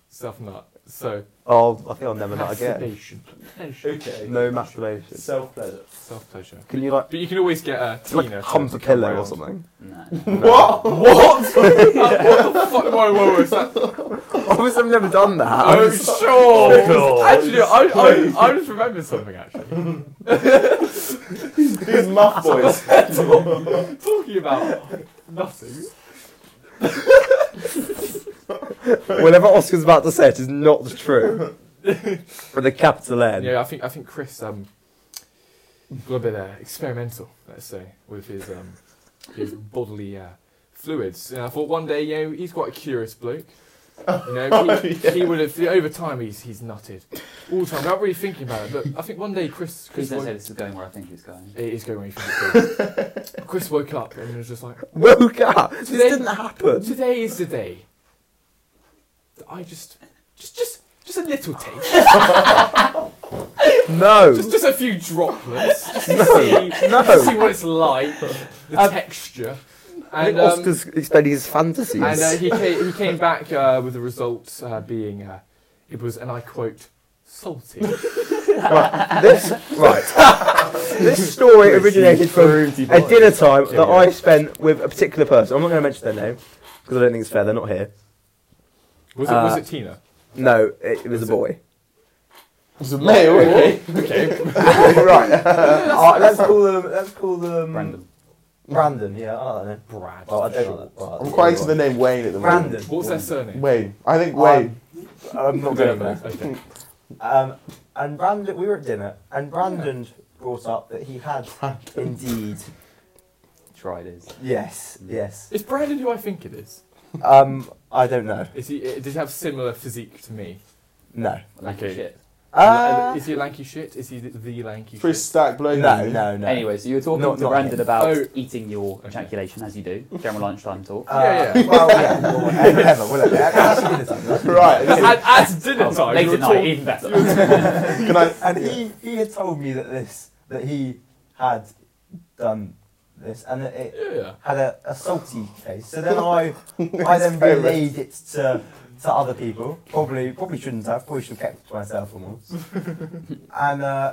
S2: Self nut. So
S3: Oh, I think I'll never nut again.
S2: masturbation. Pleasure.
S4: Okay.
S3: No masturbation.
S4: Self pleasure.
S2: Self pleasure.
S3: Can you like,
S2: But you can always get a
S3: like
S2: Tina to-
S3: hump
S2: to
S3: a
S2: come
S3: pillow or
S2: round.
S3: something?
S1: No.
S4: What?
S2: What the fuck? Whoa, whoa, whoa. so-
S3: Obviously, I've never done that.
S2: Oh, sure. Actually, I, I, I just remembered something, actually.
S4: These muff boys.
S2: Talking about nothing.
S3: Whatever Oscar's about to say, it is not true. With a capital N.
S2: Yeah, I think I think Chris um got a bit uh, experimental, let's say, with his um his bodily uh, fluids. And I thought one day, you know, he's quite a curious bloke. You know, he, he would have over time he's he's nutted all the time without really thinking about it. But I think one day Chris
S1: Please
S2: Chris
S1: don't say
S2: woke,
S1: this is going where I think it's
S3: Mm.
S1: going.
S2: it is going when you think it's going. Chris woke up and was just like,
S3: Woke up. This
S2: Today-
S3: didn't happen.
S2: today is the day that I just just just just a little taste.
S3: No.
S2: Just, just a few droplets. Just to
S3: No,
S2: see,
S3: no. Um,
S2: just to see what it's like, the texture.
S3: I think
S2: And, um,
S3: Oscar's explaining his fantasies.
S2: and uh, he, came, he came back uh, with the results uh, being, uh, it was, and I quote, salty.
S3: right, this right. this story originated from a dinner time that I spent with a particular person. I'm not going to mention their name because I don't think it's fair. They're not here.
S2: Was it, was
S3: Uh,
S2: it Tina?
S3: No, it, it was a boy.
S4: It's a male, okay.
S2: Okay.
S3: right. Uh, let's call them. Let's call them.
S1: Brandon.
S3: Brandon. Yeah, I don't know.
S2: Brad.
S3: Well, I don't like that. Well,
S4: I'm quite into the name Wayne at the moment.
S3: Brandon.
S2: What's their surname?
S4: Wayne. I think Wayne.
S3: I'm not going there.
S2: Okay.
S3: Um, and Brandon, we were at dinner, and Brandon brought up that he had indeed.
S1: Try it is.
S3: Yes, yes.
S2: Is Brandon who I think it is?
S3: Um, I don't know.
S2: Is he? Does he have similar physique to me?
S3: No.
S1: Like
S2: Okay.
S1: shit.
S3: Uh,
S2: is he a lanky shit? Is he the, the lanky
S4: Pretty
S2: shit?
S4: stacked bloke.
S3: no, no, no.
S1: Anyway, so you were talking
S3: Not-
S1: to
S3: not
S1: Brandon
S3: him.
S1: about
S2: Oh.
S1: eating your ejaculation, as you do, general lunchtime talk.
S3: Uh,
S2: Yeah, yeah.
S3: Well, yeah. well, whatever, whatever. Actually, dinner time, that's-
S4: Right.
S2: At, at dinner time,
S1: Oh, Late
S2: you were
S1: at night, even better.
S4: Can I?
S3: And he, he had told me that this that he had done this and that it
S2: talking- Yeah.
S3: had a, a salty taste. So then I I then relayed it to to other people. Probably probably shouldn't have. Probably should have kept it to myself for once. and uh,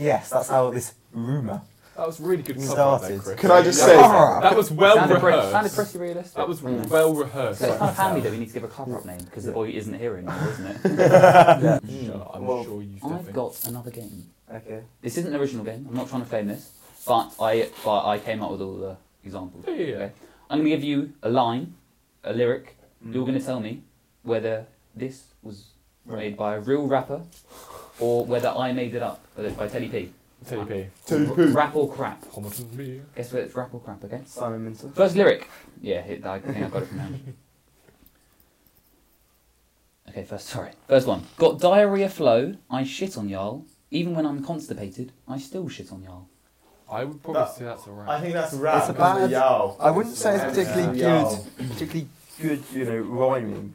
S3: yes, that's how this rumor.
S2: That was really good cover up there,
S3: Started.
S2: Chris.
S4: Can I
S2: Yeah.
S4: just say-
S2: That was well
S1: sounded, pretty,
S2: rehearsed.
S1: sounded pretty realistic. Mm.
S2: that was
S3: Mm.
S2: well rehearsed.
S1: So it's kind of handy that we need to give a cover up name because the boy isn't here anymore, isn't it?
S2: Sure, I'm
S3: Mm. Well,
S2: sure you
S1: I've
S2: think.
S1: got another game.
S3: Okay.
S1: This isn't an original game. I'm not trying to claim this, but I but I came up with all the examples.
S2: Yeah, yeah, yeah.
S1: I'm going to give you a line, a lyric. You're going to tell me whether this was made by a real rapper or whether I made it up by by Teddy P.
S2: TDP.
S3: Uh,
S1: Rap or crap.
S2: Hamilton Beer.
S1: Guess what? It's rap or crap. Okay.
S3: Simon Minter.
S1: First lyric. Yeah, hit I think I got it from him. Okay, first. Sorry. First one. Got diarrhea flow. I shit on y'all. Even when I'm constipated, I still shit on y'all.
S2: I would probably
S4: That-
S2: say that's a
S4: I
S2: wrap.
S4: think that's rap.
S3: It's a
S4: because of
S3: bad-
S4: Yao.
S3: I wouldn't say it's
S4: Yeah.
S3: particularly
S4: Yao.
S3: good, particularly good, you know, rhyming.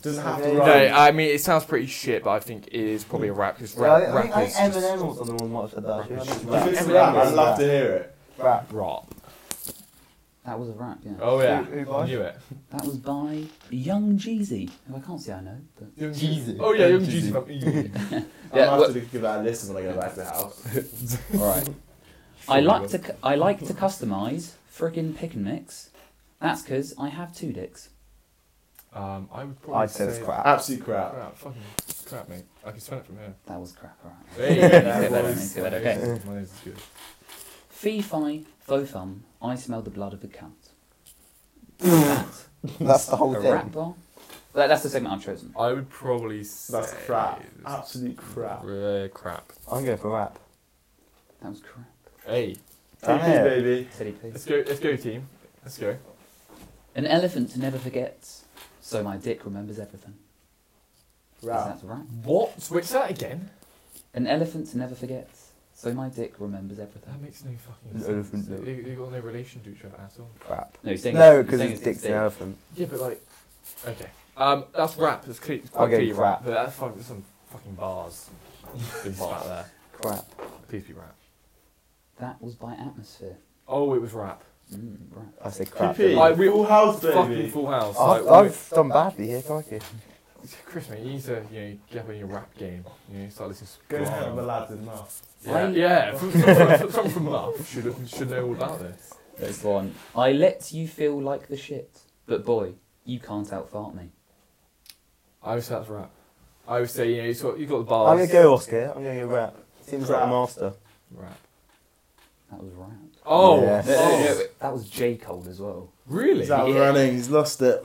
S4: Doesn't have to
S3: No,
S4: rhyme.
S2: No,
S3: Right.
S2: I mean it sounds pretty shit, but I think it is probably a rap because
S3: Yeah,
S2: rap,
S3: I, think,
S2: rap
S3: I
S2: is
S3: think
S2: just
S3: Eminem or someone might have said that. I think it's
S4: If it's
S3: rap.
S4: rap, I'd
S3: Eminem
S4: love to
S3: is
S4: hear it.
S3: rap.
S2: rap.
S1: That was a rap. Yeah.
S2: Oh yeah,
S3: Who- who
S2: I
S3: by?
S2: knew it.
S1: That was by Young Jeezy, who I can't say I know. But
S2: Young
S3: Jeezy.
S2: Oh yeah, Young
S4: Jeezy.
S2: Jeezy.
S4: I'm
S1: Yeah,
S4: gonna
S1: well-
S4: have to give that a listen when I go back to the house.
S1: all right. I like to cu- I like to customize friggin' pick and mix. That's 'cause I have two dicks.
S2: um, I would probably
S3: I'd say it's crap.
S4: Absolute crap.
S2: Crap, fucking crap, mate. I can smell it from here.
S1: That was crap. All right.
S2: Hey,
S1: Let's
S2: that
S1: get better,
S2: was-
S1: let's get better, okay.
S2: My nose is good.
S1: Fee fi fo fum. I smell the blood of a cunt. That
S3: That's the whole
S1: a
S3: thing.
S1: rap bar. That, that's the segment I've chosen.
S2: I would probably say
S4: That's crap. Absolute crap.
S2: Uh, crap.
S3: I'm going for rap.
S1: That was crap.
S2: Hey,
S3: Damn
S4: TP,
S3: it.
S4: baby.
S1: Teddy P.
S2: let's go. Let's go, team. Let's go.
S1: An elephant never forgets, so my dick remembers everything. Is
S4: Rap.
S1: that right?
S2: What? Switch that again?
S1: An elephant never forgets, so my dick remembers
S2: That
S1: everything.
S2: makes no fucking
S3: An
S2: sense.
S3: elephant
S2: They-
S3: do.
S2: They, they got no relation to each other at all.
S3: Crap.
S1: No, he's saying
S3: No,
S1: he's
S3: because
S1: saying
S3: it's Dick's an
S1: dick.
S3: elephant.
S2: Yeah, but like, okay. Um, that's rap. It's, clear, it's quite
S3: Okay,
S2: clear rap.
S3: crap.
S2: But that's fucking some fucking bars. Been out there.
S3: Crap.
S2: Please be rap.
S1: That was by atmosphere.
S2: Oh, it was rap.
S1: Mm, right.
S3: I say crap.
S4: TP.
S3: I,
S2: Like, we-
S4: Full house,
S2: Fucking
S4: baby.
S2: full house.
S3: I've,
S2: like,
S3: I've done badly here, crikey.
S2: we- Chris, mate, you need to you know get up in your rap game. You know, start listening. to
S4: Go
S2: Grime.
S4: have a lad enough.
S2: Yeah,
S1: I-
S2: yeah. from- Someone someone from Love should should know all about this.
S1: There's one. I let you feel like the shit, but boy, you can't outfart me.
S2: I would say that's rap. I would say you know you got you got the bars.
S3: I'm going to go Oscar. I'm going to go rap. Seems like
S4: Crap.
S3: a master.
S2: Rap.
S1: That was rap.
S2: Oh,
S3: Yeah.
S1: No, no, no,
S2: oh,
S1: that was J Cole as well.
S2: really?
S4: He's out
S1: Yeah.
S4: running. He's lost it.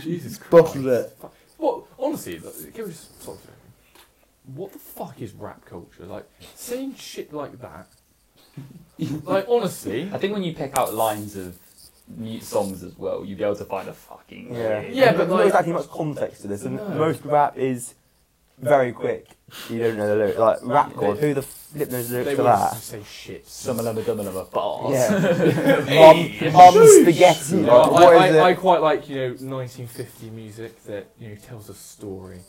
S2: Jesus Christ.
S4: Bottled it.
S2: What? Honestly, like, can we just stop for a second? What the fuck is rap culture? Like saying shit like that. like honestly.
S1: I think when you pick out lines of new songs as well, you'll be able to find a fucking.
S3: Yeah.
S2: Yeah, but
S3: There's not
S2: like-
S3: exactly much context to this, and
S2: No.
S3: most rap is very quick. You don't know the lyrics. Like rap god, who the flip knows the
S2: They
S3: lyrics
S2: would
S3: to
S2: just
S3: that?
S2: say shit.
S1: Summalumma dummalumma bars.
S3: Yeah. um, um, spaghetti.
S2: You know,
S3: Like,
S2: I,
S3: what is
S2: I, I
S3: it?
S2: quite like you know 1950 music that you know tells a story.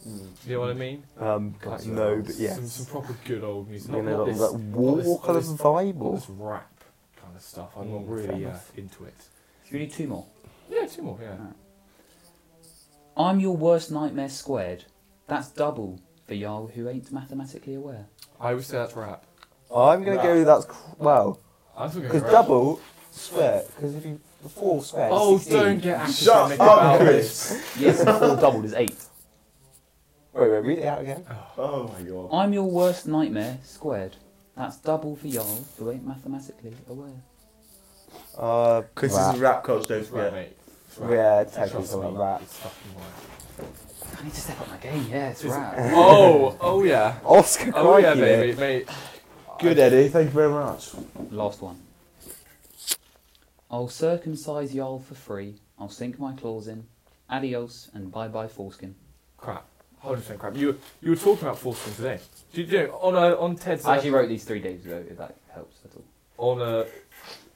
S2: You know what I mean?
S3: um,
S2: Like, you
S3: Mm. no,
S2: know,
S3: but yeah.
S2: some, some proper good old music.
S3: You
S2: Not,
S3: know,
S2: not
S3: like,
S2: this,
S3: like war
S2: this-
S3: kind of
S2: this-
S3: vibe.
S2: not
S3: Or?
S2: this rap kind of stuff. I'm
S3: Mm,
S2: not
S3: fair
S2: really uh,
S3: enough.
S2: into it.
S1: Should we do two more?
S2: Yeah, two more. Yeah.
S1: Alright. I'm your worst nightmare squared. That's double for y'all who ain't mathematically aware.
S2: I would say that's rap.
S3: I'm gonna go. That's cr- well,
S2: I'm talking
S3: because
S2: rap.
S3: double swear. Because if you before swear. it's
S2: Oh,
S3: 16.
S2: don't get
S4: Shut
S2: academic
S4: up,
S2: about
S4: Chris.
S1: Yes, and four doubled is eight.
S3: Wait, wait, read it out again.
S4: Oh my god.
S1: I'm your worst nightmare squared. That's double for y'all who ain't mathematically aware.
S3: Uh,
S4: Chris
S3: rap.
S4: is a rap coach, don't
S2: It's rap,
S4: forget.
S2: mate. It's rap.
S3: Yeah,
S2: Trust
S3: technically
S2: me,
S3: rap.
S2: It's fucking rap.
S1: I need to step up my game. Yeah, it's
S2: Is it-
S1: rap.
S2: Oh, oh yeah.
S3: Oscar.
S2: Oh yeah,
S3: crikey, mate.
S2: baby, mate.
S4: Good, Eddie. Thank you very much.
S1: Last one. I'll circumcise y'all for free. I'll sink my claws in. Adios and bye bye foreskin.
S2: Crap. 100% crap. You you were talking about Fortune today. Do you, do you know, on uh, on Ted's uh,
S1: I actually wrote these three days ago, if that helps at all.
S2: on uh,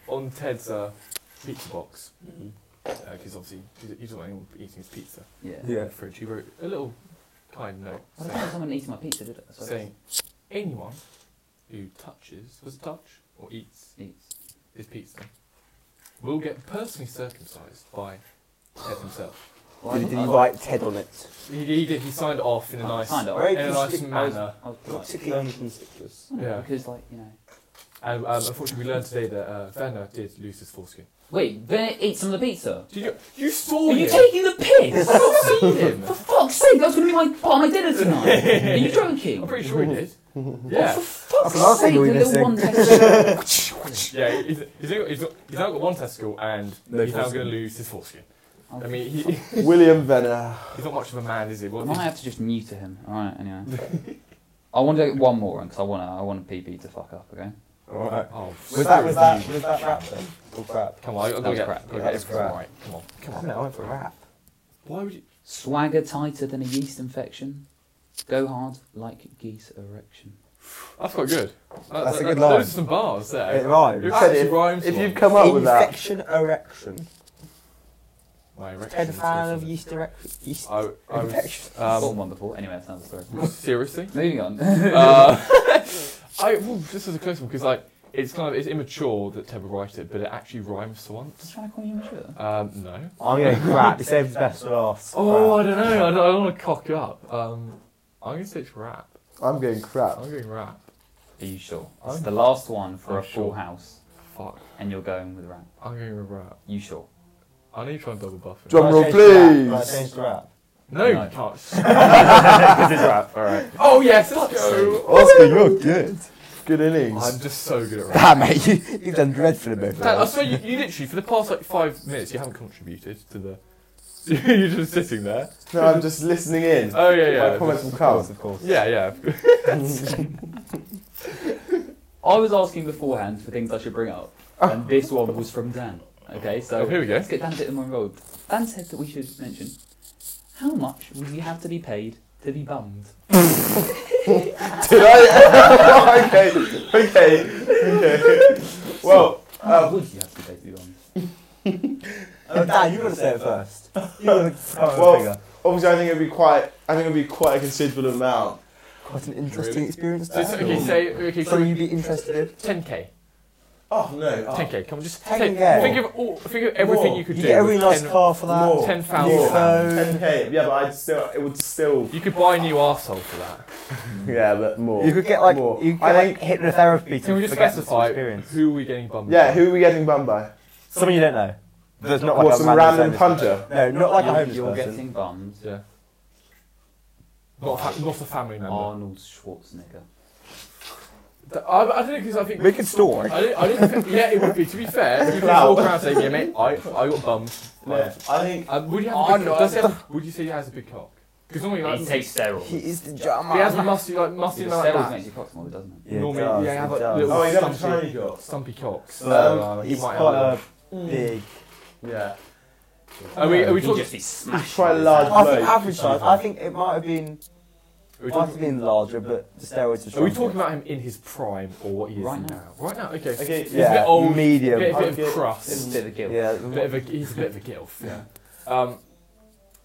S2: on Ted's uh, pizza box
S1: Mm-hmm.
S2: because obviously he he doesn't want anyone eating his pizza
S1: Yeah.
S2: in
S3: Yeah.
S2: the fridge. He wrote a little kind note
S1: I don't
S2: saying,
S1: think someone eating my pizza, did it? That's what it
S2: saying anyone who touches was touch or eats
S1: is. Eats.
S2: his pizza will get personally circumcised by Ted himself.
S1: Well, I
S3: Did, did
S1: thought-
S3: he write Ted on it?
S2: He, he did. He signed it off in a
S1: I
S2: nice
S1: Oh, signed it off.
S2: in a
S3: Very
S2: nice
S3: consistent-
S2: manner.
S1: I was
S3: Not
S1: like,
S3: particularly unconspicuous.
S1: "Oh, no,"
S2: Yeah.
S1: Because, like, you know.
S2: And um, unfortunately, we learned today that uh, Werner did lose his foreskin.
S1: Wait, Bennett eats some of the pizza.
S2: Did you, you saw
S1: Are
S2: him.
S1: you taking the piss?
S2: I've seen him.
S1: For fuck's sake, that's gonna be my part of my dinner tonight. Are you joking?
S2: I'm pretty sure
S1: Mm-hmm.
S2: he did. Yeah.
S1: For fuck's
S3: That's another
S1: sake,
S3: thing
S1: the
S3: we're
S1: little
S3: missing.
S1: one test.
S2: Yeah, he's, he's, now- he's, now- he's now got one testicle and
S3: No
S2: he's now
S3: foreskin.
S2: going to lose his foreskin.
S1: Oh,
S2: I mean, he, he's
S4: William Venner.
S2: not much of a man, is he?
S1: I
S2: Well,
S1: might have to just mute him. Alright, anyway. I want to get one more one because I want to. I want a PB to fuck up. Okay.
S5: Alright.
S2: Oh,
S3: Was that, was that, was that rap then? Or crap?
S2: come on! I've got
S1: That
S2: to
S1: was
S2: get,
S1: crap.
S2: gotta
S3: Yeah,
S2: get
S3: that's
S2: everything
S3: crap.
S2: right. Come on, come on.
S3: No, I went for rap.
S2: Why would you?
S1: Swagger tighter than a yeast infection. Go hard like geese erection.
S2: That's quite good. That-
S3: That's a
S2: that-
S3: good
S2: that-
S3: line.
S2: Those are some bars
S3: It
S2: there.
S3: rhymes.
S2: It
S4: Said
S2: actually
S4: if-
S2: rhymes.
S4: If
S2: well.
S4: you've come up with that,
S3: Infection erection.
S2: My erection
S3: Ted, a
S2: is
S3: fan of
S2: awesome.
S3: yeast erection. Yeast
S2: I, I was,
S3: infection.
S1: I've got
S2: um,
S1: one before. Anyway, that's another story.
S2: seriously.
S1: Moving on.
S2: Uh, I, ooh, this is a close one because like it's kind of it's immature that Ted would write it, but it actually rhymes for once.
S1: Trying to call you immature.
S2: Um, no.
S3: I'm going crap. He saved the best for last.
S2: Oh,
S3: Crap.
S2: I don't know. I don't, I don't want to cock up. Um, I'm gonna say it's rap.
S4: I'm getting crap.
S2: I'm going rap.
S1: Are you sure?
S2: I'm-
S1: It's the last one for
S2: I'm
S1: a full
S2: sure.
S1: house,
S2: Fuck.
S1: and you're going with rap.
S2: I'm going with rap.
S1: You sure?
S2: I need to try and double buff it.
S4: Drum
S3: Can I
S4: roll,
S3: change the rap? Can I
S4: please.
S3: change the rap?
S2: No, you
S1: No.
S2: can't.
S4: Because it's rap. All right.
S2: oh yes, let's go.
S4: Oscar, you're good. Good innings.
S2: I'm just so good at rap.
S3: Damn mate, you, you've done dreadful about
S2: Pat, I swear, you, you literally for the past like five minutes, you haven't contributed to the. You're just sitting there.
S4: no, I'm just listening in.
S2: Oh yeah, yeah.
S4: My comments will
S3: course,
S4: come.
S3: of course.
S2: Yeah, yeah.
S1: I was asking beforehand for things I should bring up,
S2: Ah.
S1: and this one was from Dan. Okay, so
S2: Oh, here we go.
S1: Let's get Dan a bit in my robe. Dan said that we should mention how much would you have to be paid to be bummed?
S4: Did I? okay. Okay. Okay. Well,
S1: How much would you have to be paid to be bummed?
S3: Oh, Dan, you want to say it first. You gotta come up with a
S4: Well,
S3: figure.
S4: obviously, I think it'd be quite. I think it'd be quite a considerable amount.
S3: Quite an interesting
S2: Really?
S3: experience.
S2: So, so,
S3: Dan.
S2: okay, say okay.
S3: Something
S2: So
S3: you'd be interested in.
S2: 10k,
S4: Oh no. Oh.
S2: 10k. Come on, just
S3: 10K.
S2: take- Think of all. Think of everything
S4: More.
S2: you could
S3: You
S2: do.
S3: get a
S2: with
S3: really nice
S2: 10
S3: car for that.
S4: More.
S2: Ten
S3: New
S2: thousand.
S3: phone.
S4: 10k. Yeah, but I'd still. It would still.
S2: You could buy a new arsehole for that.
S4: Yeah, but more.
S3: You could get like
S4: More.
S3: you could
S4: I
S3: get, like hypnotherapy.
S2: Can
S3: to
S2: we just
S3: forget this
S2: specify
S3: experience.
S2: who are we getting bummed?
S4: Yeah.
S2: by?
S4: Who are we getting bummed by?
S3: Someone you don't know. There's not
S4: What,
S3: like a
S4: some random
S3: service
S4: punter?
S3: person. No, not like a
S1: You're-
S3: homeless
S1: You're
S3: person.
S1: getting bummed.
S2: Yeah. Not, a fa- not a family member.
S1: Arnold Schwarzenegger.
S2: Th- I, I don't know because I think
S3: We could store.
S2: I didn't, I didn't think- yeah, it would be. To be fair, you could just
S4: Wow.
S2: walk around saying, "Yeah, mate, I, I got bummed."
S4: Yeah. I think.
S2: Um, would you have?
S3: Oh,
S2: a big,
S3: no.
S2: does he have would you say he has a big cock? Because normally, like,
S1: He takes steroids.
S3: He is the
S2: he has
S3: drama.
S2: a musty, like musty
S1: Because steroids
S2: like that.
S1: makes you cock smaller, doesn't it?
S3: Yeah, it
S2: normally,
S3: does,
S2: yeah,
S3: it
S2: have
S3: does.
S2: a little
S4: Oh, he's got a
S2: stumpy,
S4: tiny cock.
S2: stumpy cocks.
S3: So,
S4: Um,
S3: uh,
S2: he
S3: he's
S2: might
S3: quite
S2: have
S3: a
S2: one.
S3: big.
S4: Yeah.
S2: Are we? Are we
S1: He'd
S2: talking?
S1: just be smashing
S4: quite
S1: his
S4: large.
S1: head.
S3: I think
S4: bloke.
S3: average size. I think it might have been.
S2: Are we
S3: Might have
S2: talking,
S3: been larger, but the steroids are
S2: are we
S3: stronger.
S2: talking about him in his prime or what he is
S1: Right now.
S2: now? Right now, okay.
S4: Okay,
S2: He's a
S3: Yeah,
S2: bit old, a
S3: medium.
S2: bit, a
S4: I'd
S2: bit of
S4: get-
S1: It's a
S2: crust.
S1: bit of a guilt.
S3: yeah,
S2: Bit of a, he's a bit of a gilf. Yeah. Um,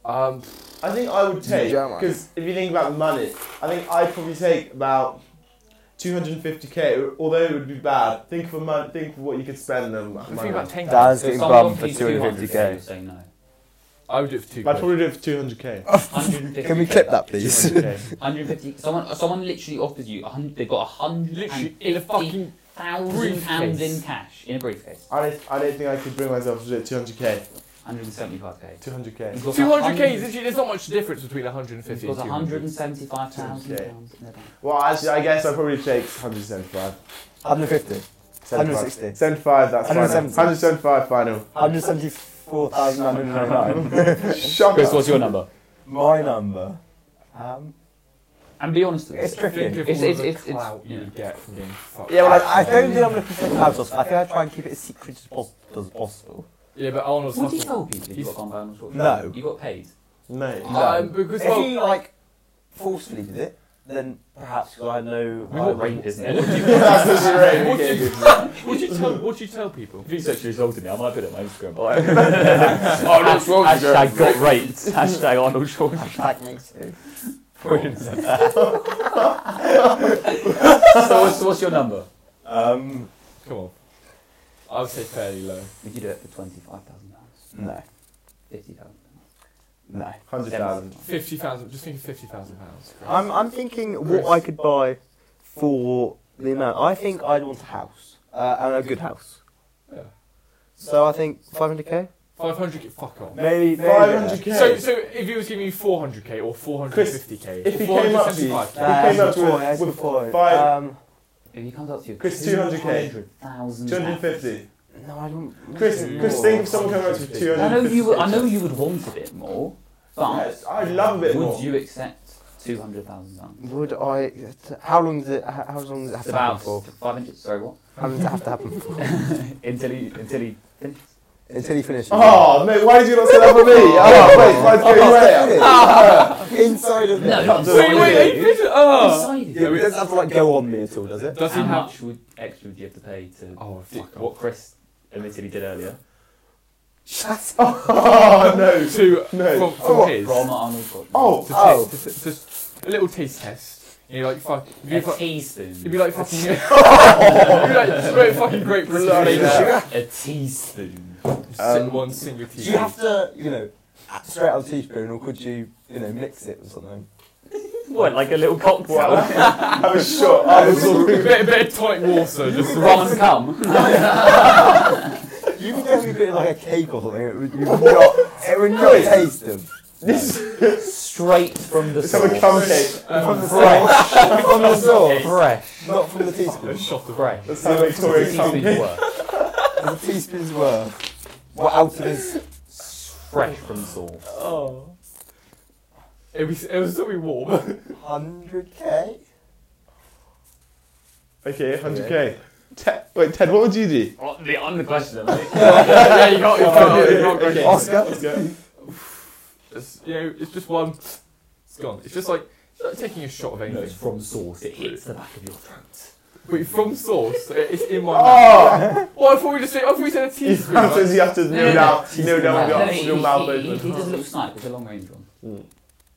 S2: um,
S4: I think I would take
S3: Jammer.
S4: because if you think about the money, I think I'd probably take about 250k. Although it would be bad. Think of a month. Think of what you could spend on that
S2: think
S4: money.
S2: about ten.
S3: Dan's
S1: So if
S3: getting
S1: someone
S3: bummed for
S1: offers you 200,
S3: 250k.
S1: you'll say no.
S2: I would do it for two.
S4: I'd
S2: quid.
S4: probably do it for 200k.
S1: 150.
S3: Can we clip that, please?
S1: 150. Someone, someone literally offers you. 100, they've got a hundred
S2: Literally
S1: and
S2: in a
S1: fifty
S2: fucking.
S1: thousand
S2: briefcase.
S1: pounds in cash in a briefcase.
S4: I don't, I don't think I could bring myself to do it 200k.
S1: 175k.
S4: 200k.
S2: 200k is literally, there's not much difference between 150
S1: You've
S2: and
S1: got
S2: 200.
S1: 175,000
S4: Okay.
S1: pounds in their bank.
S4: Well, actually, I guess I'd probably take 175.
S3: 150.
S4: 160.
S3: 160.
S4: 75. That's final.
S3: 170.
S4: 175 final.
S3: 174,999.
S4: Shut
S1: Chris,
S4: up.
S1: what's your number?
S3: My number. Um,
S1: And be honest with
S3: it's
S1: us.
S2: Think
S3: tricky.
S2: of
S1: It's-
S2: all
S1: it's-
S2: the
S1: it's- it's-
S2: clout you
S1: yeah.
S2: would get from being fucked.
S4: Yeah, well,
S3: I, I don't think I'm looking for house. I think I try and keep it as secret as, pos- as possible.
S2: Yeah, but Arnold's
S1: What
S2: not.
S1: do you tell people you
S2: He's-
S1: got gone by on short
S3: No.
S1: You got paid.
S4: No.
S2: Um, because,
S3: If
S2: well,
S3: he like forcefully did it, then perhaps 'cause I know.
S2: We
S1: Oh,
S3: I
S2: won't
S3: wouldn't-
S1: isn't it?
S4: That's just great.
S2: what do
S4: Okay,
S2: you,
S4: good.
S2: what do you tell? What do you tell people?
S1: If you sexually assaulted me, I might put it on my Instagram.
S2: Oh,
S1: Arnold Hashtag got raped. Hashtag Arnold Schwarzenegger.
S3: Like me too.
S1: So what's, what's your number?
S3: Um,
S2: Come on. I would say fairly low.
S1: Would you do it for £25,000? pounds?
S3: no,
S1: £50,000?
S3: no.
S4: 100,000.
S2: Fifty thousand. Just think fifty thousand pounds.
S3: I'm I'm thinking what I could buy for the amount. I think I'd want a house uh, and a good house.
S2: Yeah.
S3: So I think 500k.
S2: Five hundred. Fuck off.
S3: Maybe, maybe
S4: 500k.
S2: So, so if he was giving you four hundred k or four hundred fifty k,
S4: if he came up to you-
S3: Nah,
S4: He came
S3: that's
S4: up with-
S3: before, that's
S4: with
S3: before.
S4: five-
S3: Um,
S1: If he comes up to you,
S4: Chris, 200k.
S1: 200,000
S4: 250.
S3: no, I don't.
S4: Chris, Chris, think if someone came up to you with 250.
S1: I know you. I know you would want a bit more, but
S4: Yes, I'd love a bit
S1: would
S4: more.
S1: you accept Two hundred thousand pounds.
S6: Would I? How long does it? How how long does it have
S1: It's
S6: to happen
S1: about
S6: for?
S1: five hundred. Sorry, what?
S6: How long does it have to happen for?
S1: until he until he finishes.
S6: Until he finishes.
S4: Oh, mate, why did you not say that for me? Oh, wait, why did you go there?
S3: Inside of
S1: No,
S3: the-
S1: it's not
S2: Wait, wait,
S1: really.
S2: he did it. Oh.
S3: Yeah, but it doesn't have to like go on me at all, does it?
S2: Does he
S1: How
S2: have?
S1: much would extra would you have to pay to
S2: Oh,
S1: do
S2: fuck
S1: what Chris admitted he did earlier?
S4: Oh, no.
S2: To
S4: No.
S2: from, from
S4: Oh,
S2: his.
S1: From Arnold Schwarzenegger.
S4: Oh,
S2: To
S4: oh.
S2: taste, to, to, to, a little taste test. And you're like, fuck. If
S1: a
S2: you fuck It'd be
S1: teaspoon.
S2: like fucking. It'd be like straight fucking great British
S4: Bloody
S2: baby.
S1: A teaspoon.
S2: Just
S4: Um,
S2: sit one single
S3: Do
S2: tea.
S3: you have to, you know, straight out of the teaspoon, or could you, you know, mix it or something?
S1: What, like a little cocktail?
S4: Have a shot. I was all-
S2: bit, bit of tonic water, just
S1: Rum and cum.
S3: You could definitely put it in, like a cake or something. It would, you would not, it would not taste them.
S1: Straight from the
S4: Let's have
S1: source.
S4: a cum cake.
S3: From the sauce. from the sauce.
S6: Fresh.
S3: Not from the teaspoon.
S2: shot of
S1: Fresh.
S4: Let's have a Victoria cum
S1: Teaspoon's
S4: cake.
S1: worth.
S3: The teaspoon's worth. What out of this?
S1: Fresh from the source.
S2: Oh. It was, it was something warm.
S3: 100k?
S4: Okay, 100k. Te- wait, Ted, what would you do?
S1: I'm the questioner, mate.
S2: yeah, you can't, you can't, you can't
S4: Okay.
S2: go.
S3: Oscar?
S2: It's, you know, it's just one. It's gone. It's just like, it's like taking a shot of
S1: No, it's
S2: anything.
S1: from source. It hits the back of your throat.
S2: Wait, from source, it- it's in my
S4: Ah!
S3: Ah!
S2: mouth. Well, I thought we just said, I thought we said a
S4: You
S2: teaspoon.
S4: have to, you have to kneel down, kneel down
S1: No,
S4: with
S1: he-
S4: your- your
S1: he-
S4: mouth
S1: he- He
S4: open.
S1: does a little snipe. It's a long range one.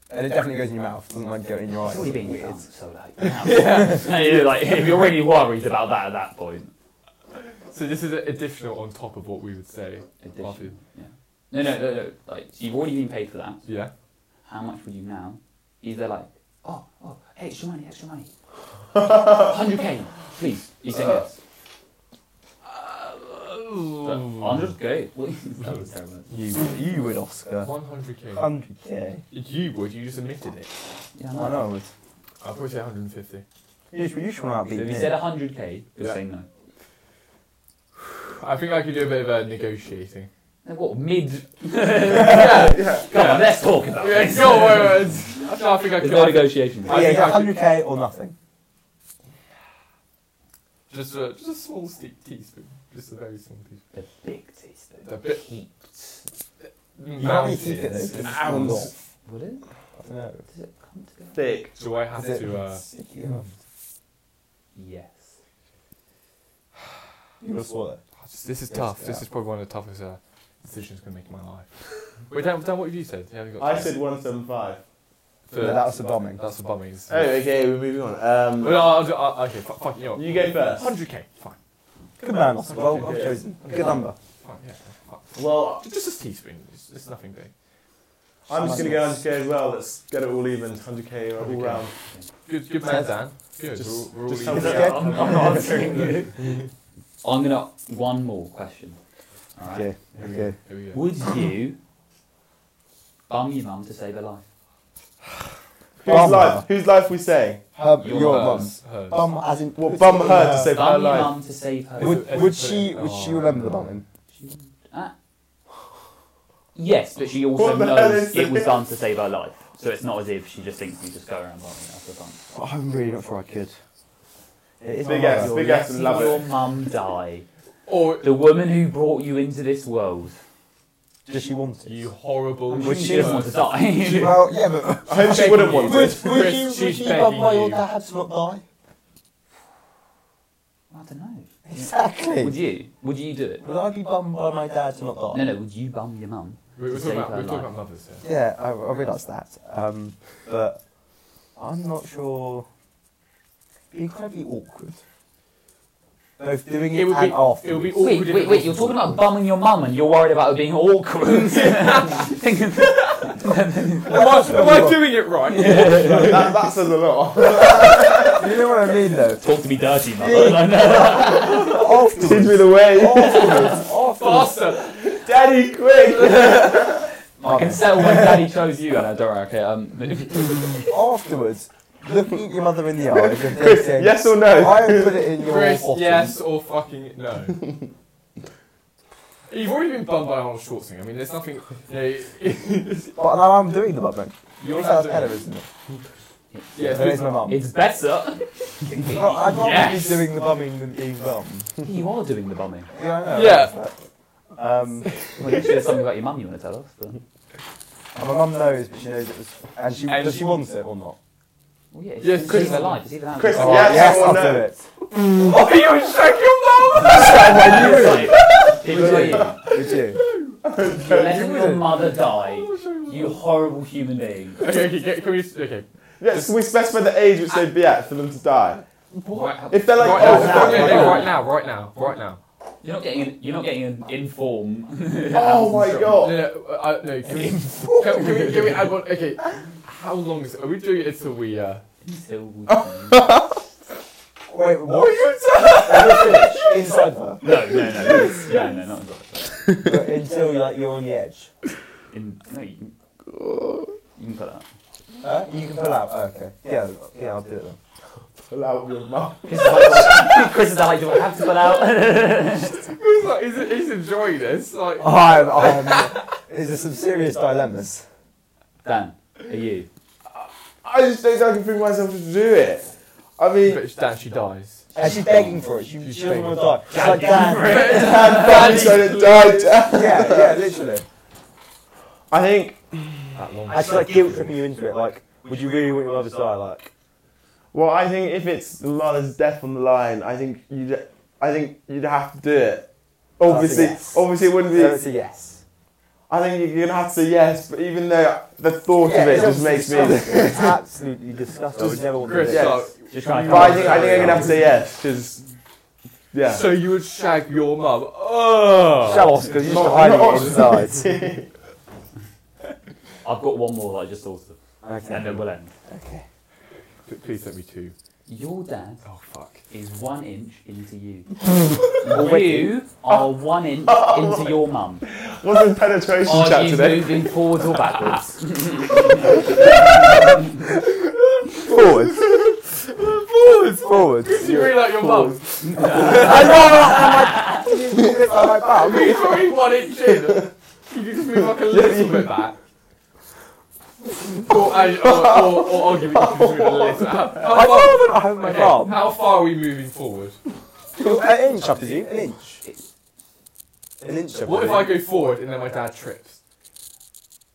S3: And it definitely goes in your mouth. Doesn't like going in your eyes.
S1: It's already been weird. So like, yeah. you're like, if you're really worried about that at that point.
S2: so this is additional on top of what we would say.
S1: Additional, yeah. No, no, no, no. Like, so you've already been paid for that.
S2: Yeah.
S1: How much would you now? Either like, oh, oh, extra money, extra money. 100k, please. You saying yes?
S2: Oh.
S1: 100k. that was terrible.
S3: You, you would, Oscar.
S4: Um,
S2: 100k.
S3: 100k.
S2: You would, you just admitted it.
S1: Yeah,
S3: I
S1: no.
S3: know I would.
S2: I'll probably say 150.
S3: You should, you should want to
S1: So if
S3: outbeat
S1: you
S3: me.
S1: said 100k, you're
S2: Yeah.
S1: saying no.
S2: I think I could do a bit of uh, negotiating.
S1: Then What mid?
S4: Yeah.
S1: Come
S2: Yeah.
S1: on, let's talk about
S2: Yeah,
S1: this.
S2: no, wait, wait. No, I think I
S1: There's no
S2: could.
S1: negotiation.
S2: I
S3: yeah,
S2: think I
S3: yeah,
S2: could-
S3: 100k or nothing.
S2: Just a, just a small tea- teaspoon. Just a very small teaspoon.
S1: The big teaspoon.
S2: The bit-
S1: heaped.
S2: Mm. Mountains.
S3: It's
S4: Ounce.
S1: Would it?
S3: I don't know.
S1: Does it come together?
S4: Thick.
S2: Do I have
S3: Is it
S2: to. Uh,
S3: sick enough?
S1: Yes.
S3: You would have swallowed it.
S2: oh, this- this is tough. This is probably one of the toughest uh, decisions going to make in my life. Wait, Dan, Dan, what have you said? Yeah, we got
S4: I said 175.
S2: For-
S3: No, that was the bombing.
S2: That's the bummies.
S4: Oh, okay, we're moving on.
S2: Well,
S4: Um,
S2: I'll, do- I'll, okay, fu- fuck it, you. know what?
S4: you go first.
S2: 100k. Fine.
S3: Good man, Oscar. Well, well
S4: Okay.
S3: chosen. Good number.
S2: Fine, yeah. Fuck.
S4: Well,
S2: Just a teaspoon. It's, it's nothing big.
S4: I'm just going to go 100k as well. Let's get it all even. 100k all round.
S2: Good, good man, Dan. Good.
S4: Just-
S2: we're all, we're all
S4: just
S2: even.
S4: help
S1: Yeah, I'm, I'm not answering you. I'm gonna one more question. All right.
S6: Okay.
S2: Here we go.
S6: Okay.
S2: Here we go.
S1: Would you bum your mum to save her life?
S4: Whose
S3: Bummer.
S4: life, whose life we saying?
S3: Her, your mum. Oh.
S2: Hers, hers.
S3: Bum as in.
S4: What, bum her to
S3: Uh,
S4: save her
S1: Bum your
S4: life?
S1: mum to save her.
S3: Would,
S2: Is it-
S3: would
S2: is it-
S3: she would she
S2: oh,
S3: remember the
S2: no.
S3: bumming?
S1: She, ah. Yes, but she also
S4: What the hell
S1: knows
S4: is
S1: it was
S4: this?
S1: done to save her life. So it's not as if she just thinks you just go around bumming after bum.
S6: I'm really not sure I could.
S3: It is
S4: Big
S3: my
S4: ass,
S3: mother.
S1: You're
S4: big ass
S1: letting
S4: and love
S1: your
S4: it.
S1: mum die.
S2: Or
S1: The woman who brought you into this world.
S3: Does she want it?
S2: you horrible.
S1: I'm sure
S3: Would
S1: she
S3: she
S1: doesn't want to die.
S3: Well, yeah, but
S4: I hope she wouldn't want it.
S3: would, would you
S2: She's
S3: would you
S2: begging
S3: bum my
S2: you.
S3: old dad to not die?
S1: I don't know.
S3: Exactly.
S1: Would you? Would you do it?
S3: Would I be bummed by my dad to not die?
S1: No, no. Would you bum your mum?
S2: We- We're
S1: to save
S2: talking about,
S1: her
S2: we're talking
S1: life.
S2: about mothers here.
S3: Yeah, I, I realise that. Um, but I'm not sure. It'd be incredibly awkward. Both doing it,
S2: It would
S3: and
S2: be-
S3: after.
S2: It would be awkward.
S1: Wait,
S2: if
S1: wait,
S2: it
S1: wait. You're
S2: wasn't.
S1: talking about bumming your mum, and you're worried about it being awkward.
S2: Am I, am I doing it right?
S4: that, that says a lot.
S3: You know what I mean, though.
S1: Talk to me dirty, mother.
S4: Teach
S3: Afterwards,
S4: me the way.
S3: afterwards, afterwards.
S2: Faster.
S4: Daddy, quick!
S1: I can settle when Daddy chose you. And I don't okay. Um,
S3: afterwards, looking at your mother in the eye and then saying,
S4: Yes or no?
S3: "I have put it in your
S2: Chris,
S3: bottom."
S2: yes or fucking no. You've already been bummed by Arnold Schwarzenegger. I mean, there's nothing. You know,
S3: But now I'm doing the bumming.
S2: you're
S3: Sounds
S2: not doing
S3: better,
S2: it.
S3: isn't it?
S2: Yeah,
S3: There is my mum.
S1: It's better.
S3: Oh, I'd rather
S2: Yes.
S3: be doing the bombing than being bombed.
S1: you are doing the bombing.
S3: Yeah, I know.
S2: Yeah.
S3: Um,
S1: Well, you should have something about your mum you want to tell us. But...
S3: and my mum knows, but she knows it was. And she
S2: And
S3: does
S2: she
S3: she wants it or not?
S1: Well, yeah, it's
S2: Yes,
S1: yes,
S2: Chris-
S1: Chris, life. It's either that or
S4: Chris-
S1: just-
S3: Oh,
S4: Yes,
S3: yes,
S4: or
S3: I'll
S4: no?
S3: do it.
S2: Oh, you shake your mum!
S1: It was you.
S3: Would you?
S1: You're letting your mother die. You horrible human being.
S2: okay, okay, get- can we? Okay.
S4: Yes, we specify the age which they'd be at for them to die.
S2: What?
S4: If they're like,
S2: Right
S4: oh,
S2: now,
S4: fuck
S2: yeah,
S4: it,
S2: yeah, right now, right now, right now.
S1: You're not getting. An, you're not getting an inform.
S4: oh my
S2: No,
S4: god.
S2: no, uh, no can, we, can, can we? Can we add one? Okay. How long is? Are we doing it until we? Uh,
S1: until we-
S3: Wait, what? Were you Inside
S1: no, no,
S3: her.
S1: no, no, no, no, not
S3: But until like, you're on the edge.
S1: in, no, you can, you can put that.
S3: Huh? Uh, You can pull out. Oh, okay. Yeah, yeah, I'll do it then.
S4: Pull out your mouth.
S1: Chris is like, Chris is like, do I have to put out?
S2: he's like, he's, he's enjoying this. Like,
S3: I'm, I'm, is there some serious dilemmas?
S1: Dan, are you?
S4: I just don't think I can bring myself to do it. I mean,
S2: but Dan, she dies.
S3: And she's begging for it. She,
S2: She's
S3: she doesn't
S2: begging.
S3: want to die. She's like, Dan.
S4: I'm sorry to die, Dan.
S3: Yeah, yeah, literally.
S4: I think,
S2: That long.
S3: And she's like guilt tripping you into it. Like, would you really want your mother to die? Like,
S4: well, I think if it's Lana's death on the line, I think you'd, I think you'd have to do it. Obviously,
S3: yes.
S4: obviously it wouldn't
S3: so it's
S4: be.
S3: a yes.
S4: I think you're gonna have to say yes, but even though the thought of it
S3: it's
S4: just makes me.
S3: disgusting. It's absolutely disgusting. I would never want to
S2: Chris,
S3: do
S4: Yeah.
S3: it.
S2: like,
S1: Just trying to.
S4: But I think I think I'm gonna have to say yes because, yeah.
S2: So you would shag your mum? Oh.
S3: Shut off, because you're
S4: Not-
S3: just hiding it
S4: not-
S3: inside.
S1: I've got one more that I just thought of, and
S3: okay.
S1: then we'll end.
S2: P- Please don't be too.
S1: Your dad
S2: Oh fuck.
S1: is one inch into you. you are one inch into your mum.
S4: What's the penetration
S1: Are
S4: chat
S1: you
S4: today?
S1: moving forwards or backwards?
S3: Forward. Forward. Forward.
S2: Do you really like your mum? He's only one inch in. Can you just move like a little bit back? or, I- or, or, or I'll give you you can just move a little. How, how far,
S3: Oh, I have my mum.
S2: how far are we moving forward?
S3: An inch up, is you? An inch. An inch up.
S2: What if I go forward and then my dad trips?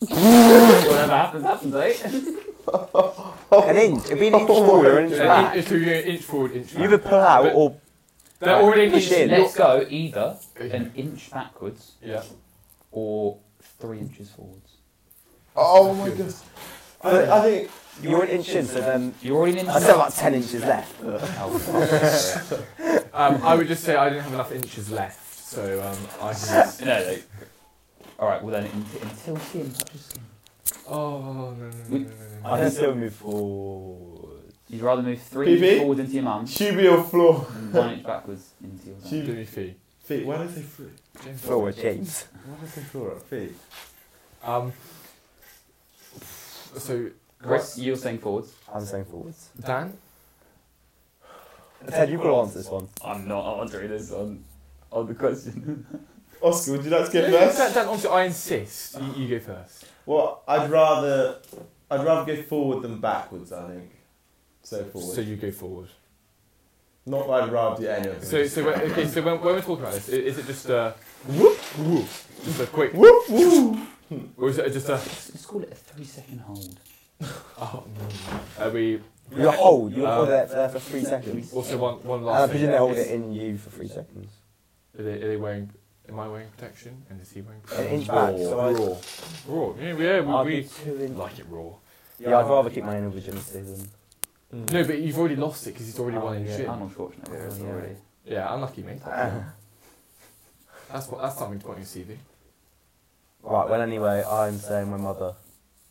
S1: Whatever happens, happens, eh?
S3: An inch. It'd be an inch forward or an inch
S2: Yeah,
S3: back.
S2: inch, inch, inch forward, inch
S3: You
S2: back.
S3: Oh. either pull out or
S2: They're already an inch
S3: Shit.
S2: you're-
S1: Let's go either an inch backwards
S2: Yeah.
S1: or three inches forwards.
S4: Oh my god. I, I think
S3: you're an inch in, so then
S1: You're already an inch.
S3: I still have about ten inches left.
S1: Oh, fuck.
S2: Um, I would just say I didn't have enough inches left, so um, I can.
S1: no, no. All right. Well then, in- until skin touches skin,
S2: Oh no no no no no. no.
S3: I can still move forward.
S1: you'd rather move three
S4: PB?
S1: inches forward into your mum
S4: QB or floor.
S1: and one inch backwards into your dad.
S4: Should-
S2: Jimmy Fee.
S4: Feet. Why did I say feet?
S3: Forward, James.
S4: Why did I say floor? Feet.
S2: Um. So
S1: Chris, you're saying forwards.
S3: I'm saying forwards.
S2: Dan,
S3: Ted, you've got to answer this one.
S1: I'm not answering this on on the question.
S4: Oscar, would you like to go
S2: Yeah,
S4: first?
S2: Dan, Dan, honestly, I insist. You, you go first.
S4: Well, I'd rather I'd rather go forward than backwards. I think. So forward.
S2: So you go forward.
S4: Not that I'd rather do any of them.
S2: So, so uh, when, okay, so when, when we're talking about this, i- is it just a whoop, whoop, just a quick,
S4: Woo, woo.
S2: or is it just a?
S1: Let's call it a three-second hold.
S2: Oh no! Are we
S3: You hold. You
S2: Um,
S3: hold there, there for three seconds.
S2: also one one
S3: And I
S2: last
S3: presume
S2: thing?
S3: they
S2: Are
S3: hold it in you for three seconds.
S2: they, are they wearing? Am I wearing protection? And is he wearing
S3: An
S2: protection?
S3: inch back. So I,
S2: raw, raw. Yeah, yeah
S3: I'd
S2: we,
S3: be
S2: we
S3: two in-
S2: like it raw.
S3: Yeah, I'd rather keep my anal virginity than.
S4: Mm.
S2: No, but you've already lost it because he's already one inch in.
S1: I'm unfortunate.
S3: Yeah,
S1: already.
S2: Yeah, unlucky me. That's what. That's something to put on your CV.
S3: Right. Well, anyway, I'm saying my mother.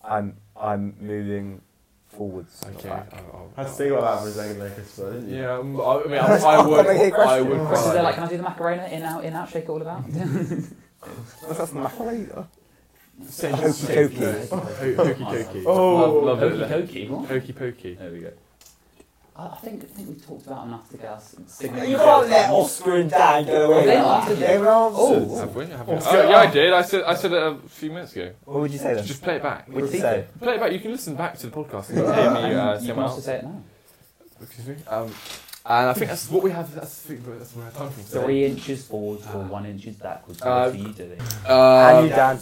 S3: I'm I'm moving forwards. not
S2: Okay.
S3: back.
S2: I'll-
S4: I
S2: I'll-
S4: had to think about that for a second there, Christopher, didn't you?
S2: Yeah, um, I I mean, I, I would.
S3: That's not a
S2: I would.
S3: question.
S1: Chris is there like,
S2: Cry.
S1: can I do the Macarena? In out, in out, shake it all about.
S2: Say-
S3: Hokey
S2: say-
S3: pokey.
S2: no. Ho- Hokey pokey.
S4: Oh.
S2: Love- love it.
S1: Okey-dokey, what?
S2: Hokey pokey.
S1: There we go. I, I think I think we've talked about enough to get us.
S3: You can't let Oscar and Dan get away with
S1: They
S3: that.
S1: answered it.
S3: They were answered.
S1: Oh,
S2: Have we? Have we? Oh, yeah, I did. I said I said it a few minutes ago.
S3: What would you say then?
S2: Just play it back.
S3: What would you say?
S2: Play it back. You can listen back to the podcast. And
S1: Yeah,
S2: hear me,
S1: and
S2: uh,
S1: oh. you
S2: someone
S1: can also
S2: else.
S1: say it now.
S2: Excuse me. Um, and I think that's what we have. That's, the thing, that's what we're time for today.
S1: Three inches forwards or one inches backwards. What
S2: Uh,
S1: are you doing?
S2: Um,
S3: and you, Dan.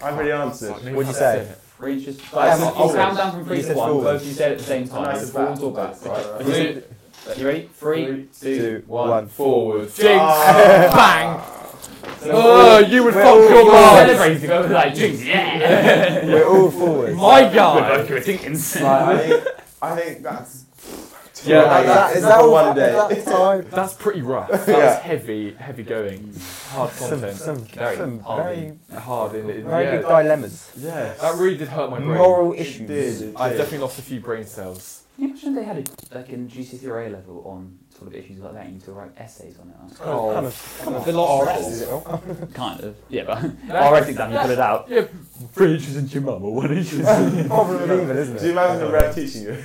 S4: I've already answered.
S2: fuck, no,
S3: What'd you
S2: that's
S3: say?
S2: it.
S1: Three inches.
S3: I
S1: Guys,
S3: haven't
S1: I'll
S3: forwards.
S1: count down from three
S3: You
S1: to
S3: said
S1: one.
S3: forwards.
S1: Both of you said it at the same time.
S4: Nice
S1: It's
S4: back.
S1: forwards or backs, right?
S4: Right.
S1: You
S2: Three,
S1: ready? Three, two, one.
S2: forward. Jinx!
S4: Ah.
S2: Bang! Oh, you would fuck your mom!
S1: Celebrating over like jinx, yeah!
S3: We're all forward.
S1: My God! We're both Dinkins.
S4: I think, I think that's.
S2: Yeah,
S4: Like,
S2: that-
S4: that is that one day.
S3: That time.
S2: That's pretty rough. That was
S4: Yeah.
S2: heavy, heavy going. Hard
S3: Some,
S2: content.
S3: some,
S1: Very
S3: some
S1: hard.
S3: very,
S2: Hard in it.
S3: very big
S2: Yeah.
S3: dilemmas.
S4: Yes.
S2: That really did hurt my brain.
S3: Moral
S4: It
S3: issues.
S4: did, it
S2: I
S4: did.
S2: definitely lost a few brain cells.
S1: Can you imagine they had a, like in GCSE A level on sort of issues like that? You need to write essays on it.
S2: Oh,
S1: Right? Kind of, yeah. But RS exam, you put it out.
S2: Yeah.
S1: Three inches into your mum or one inch.
S3: Problem of evil, isn't
S4: Do you
S3: it?
S4: remember the red teaching you?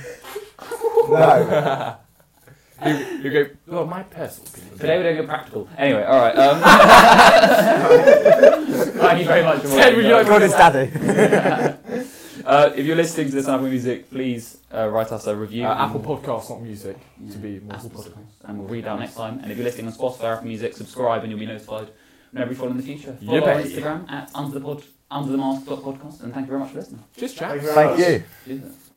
S3: No.
S2: you, you go, oh, my personal opinion.
S1: Today we're doing a practical. Anyway, all right. Um, thank you very much. for
S2: Ted, would you like
S1: watching.
S3: God is daddy.
S1: uh, if you're listening to this on Apple Music, please uh, write us a review.
S2: Uh, Apple Podcasts, not music,
S1: Yeah.
S2: to be more
S1: Apple
S2: specific.
S1: Podcasts, and we'll read out next time. And if you're listening on Spotify or Apple Music, subscribe and you'll be notified whenever we fall in the future. Follow
S2: Yeah,
S1: our
S2: bet.
S1: Instagram at under the pod, under the mask dot podcast. And thank you very much for listening.
S2: Just chat.
S4: Thank you very
S3: Thank
S4: much.
S3: you.
S1: Cheers.